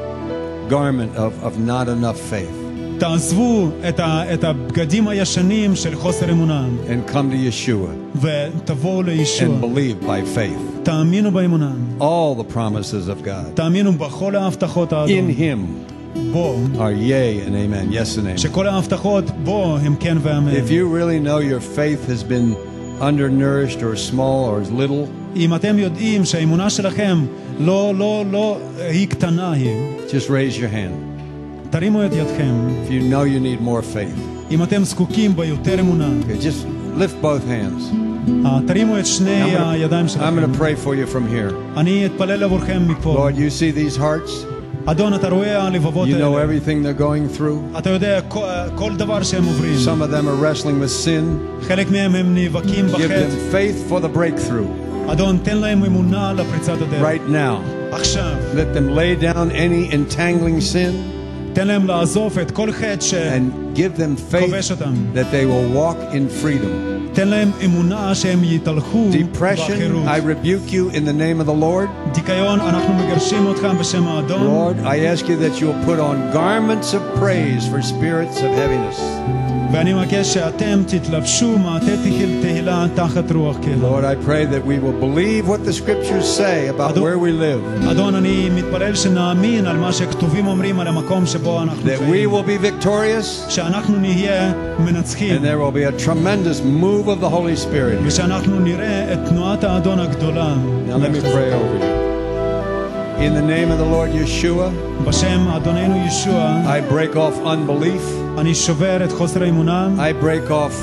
[SPEAKER 2] garment of, of not enough faith
[SPEAKER 1] תעזבו את, ה, את הבגדים הישנים של חוסר אמונה,
[SPEAKER 2] and come to Yeshua
[SPEAKER 1] ותבואו לישוע.
[SPEAKER 2] and believe by faith
[SPEAKER 1] תאמינו באמונה.
[SPEAKER 2] all the promises of God.
[SPEAKER 1] תאמינו בכל ההבטחות
[SPEAKER 2] In
[SPEAKER 1] האדום.
[SPEAKER 2] him
[SPEAKER 1] בו.
[SPEAKER 2] are yea and amen. Yes and amen.
[SPEAKER 1] שכל ההבטחות בו הם כן ואמן.
[SPEAKER 2] If you really know your faith has been undernourished or small or little,
[SPEAKER 1] אם אתם יודעים שהאמונה שלכם לא, לא, לא, היא קטנה היא,
[SPEAKER 2] just raise your hand.
[SPEAKER 1] תרימו את ידכם.
[SPEAKER 2] If you know you need more faith,
[SPEAKER 1] אם אתם זקוקים ביותר אמונה,
[SPEAKER 2] okay, just lift both hands.
[SPEAKER 1] אה, תרימו את שני
[SPEAKER 2] I'm gonna-
[SPEAKER 1] הידיים
[SPEAKER 2] I'm
[SPEAKER 1] שלכם.
[SPEAKER 2] going to pray for you from here.
[SPEAKER 1] אני אתפלל עבורכם מפה.
[SPEAKER 2] Lord, you see these hearts.
[SPEAKER 1] אדון, אתה רואה הלבבות
[SPEAKER 2] You know
[SPEAKER 1] האלה.
[SPEAKER 2] everything they're going through.
[SPEAKER 1] אתה יודע כל- כל דבר שהם עוברים.
[SPEAKER 2] Some of them are wrestling with sin.
[SPEAKER 1] חלק מהם הם נאבקים
[SPEAKER 2] Give
[SPEAKER 1] בחטא.
[SPEAKER 2] them faith for the breakthrough
[SPEAKER 1] אדון, תן להם אמונה לפריצת הדרך.
[SPEAKER 2] right now.
[SPEAKER 1] עכשיו.
[SPEAKER 2] Let them lay down any entangling sin.
[SPEAKER 1] תן להם לעזוב את כל חטא ש...
[SPEAKER 2] and give them faith
[SPEAKER 1] כובש אותם.
[SPEAKER 2] that they will walk in freedom.
[SPEAKER 1] תן להם אמונה שהם יתהלכו
[SPEAKER 2] Depression,
[SPEAKER 1] בחירות.
[SPEAKER 2] I rebuke you in the name of the Lord.
[SPEAKER 1] דיכאון, אנחנו מגרשים אותך בשם האדון.
[SPEAKER 2] Lord, I ask you that you'll put on garments of praise for spirits of heaviness.
[SPEAKER 1] ואני מבקש שאתם תתלבשו מעטה תחיל- תהילה תחת רוח קהילה.
[SPEAKER 2] Lord, I pray that we will believe what the scriptures say about
[SPEAKER 1] Adu-
[SPEAKER 2] where we live,
[SPEAKER 1] אדון, אני מתפלל שנאמין על מה שכתובים אומרים על המקום שבו אנחנו
[SPEAKER 2] that we
[SPEAKER 1] חיים.
[SPEAKER 2] will be victorious,
[SPEAKER 1] שאנחנו נהיה מנצחים,
[SPEAKER 2] and there will be a tremendous move of the Holy Spirit.
[SPEAKER 1] ושאנחנו נראה את תנועת האדון הגדולה.
[SPEAKER 2] Now let me pray over you. In the name of the Lord Yeshua,
[SPEAKER 1] בשם אדוננו ישוע,
[SPEAKER 2] I break off unbelief.
[SPEAKER 1] אני שובר את חוסר האמונה,
[SPEAKER 2] I break off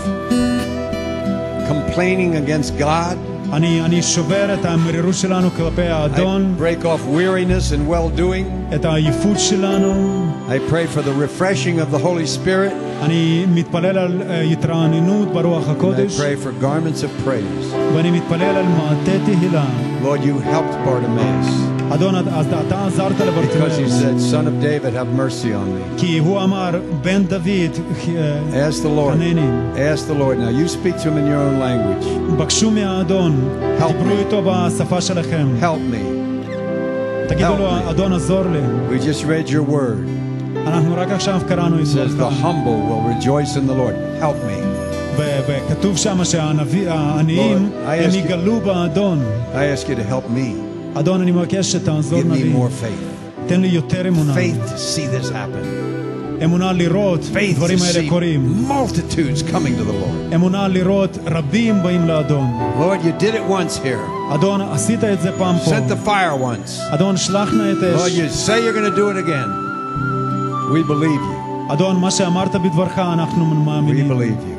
[SPEAKER 2] complaining against God.
[SPEAKER 1] אני, אני שובר את המרירות שלנו כלפי
[SPEAKER 2] I
[SPEAKER 1] האדון,
[SPEAKER 2] break off weariness and well doing.
[SPEAKER 1] את העייפות שלנו,
[SPEAKER 2] I pray for the refreshing of the Holy Spirit.
[SPEAKER 1] אני מתפלל על אה, התרעננות ברוח
[SPEAKER 2] I
[SPEAKER 1] הקודש,
[SPEAKER 2] pray for garments of praise.
[SPEAKER 1] ואני מתפלל על מעטה תהילה.
[SPEAKER 2] Lord, you helped Bartimaeus
[SPEAKER 1] אדון, אז- אז אתה עזרת
[SPEAKER 2] because you
[SPEAKER 1] לברטימאוס,
[SPEAKER 2] said, Son of David, have mercy on me.
[SPEAKER 1] כי הוא אמר, בן דוד, אה,
[SPEAKER 2] Ask the Lord.
[SPEAKER 1] Hanani.
[SPEAKER 2] Ask the Lord. Now, you speak to him in your own language.
[SPEAKER 1] בקשו מהאדון,
[SPEAKER 2] Help
[SPEAKER 1] דיברו
[SPEAKER 2] me.
[SPEAKER 1] איתו בשפה שלכם.
[SPEAKER 2] Help me.
[SPEAKER 1] תגידו
[SPEAKER 2] Help me.
[SPEAKER 1] לו, אדון עזור לי.
[SPEAKER 2] We just read your word. It
[SPEAKER 1] אנחנו רק עכשיו קראנו את נכון?
[SPEAKER 2] says, The
[SPEAKER 1] דברך.
[SPEAKER 2] humble will rejoice in the Lord. Help me.
[SPEAKER 1] ו- וכתוב שם שהעניים,
[SPEAKER 2] Lord, I
[SPEAKER 1] הם
[SPEAKER 2] ask you-
[SPEAKER 1] יגלו באדון.
[SPEAKER 2] I ask you to help me.
[SPEAKER 1] אדון, אני מבקש שתעזור
[SPEAKER 2] Give me
[SPEAKER 1] נביא.
[SPEAKER 2] more faith.
[SPEAKER 1] תן לי יותר אמונה.
[SPEAKER 2] Faith to see this happen.
[SPEAKER 1] אמונה לראות
[SPEAKER 2] Faith to
[SPEAKER 1] דברים האלה
[SPEAKER 2] see
[SPEAKER 1] קורים.
[SPEAKER 2] multitudes coming to the Lord.
[SPEAKER 1] אמונה לראות רבים באים לאדון.
[SPEAKER 2] Lord, you did it once here.
[SPEAKER 1] אדון, עשית את זה פעם
[SPEAKER 2] Sent the
[SPEAKER 1] פה.
[SPEAKER 2] fire once.
[SPEAKER 1] אדון, שלח נא את
[SPEAKER 2] Lord,
[SPEAKER 1] אש.
[SPEAKER 2] you say you're going to do it again. We believe you.
[SPEAKER 1] אדון, מה שאמרת בדברך, אנחנו
[SPEAKER 2] We
[SPEAKER 1] מאמינים.
[SPEAKER 2] believe you.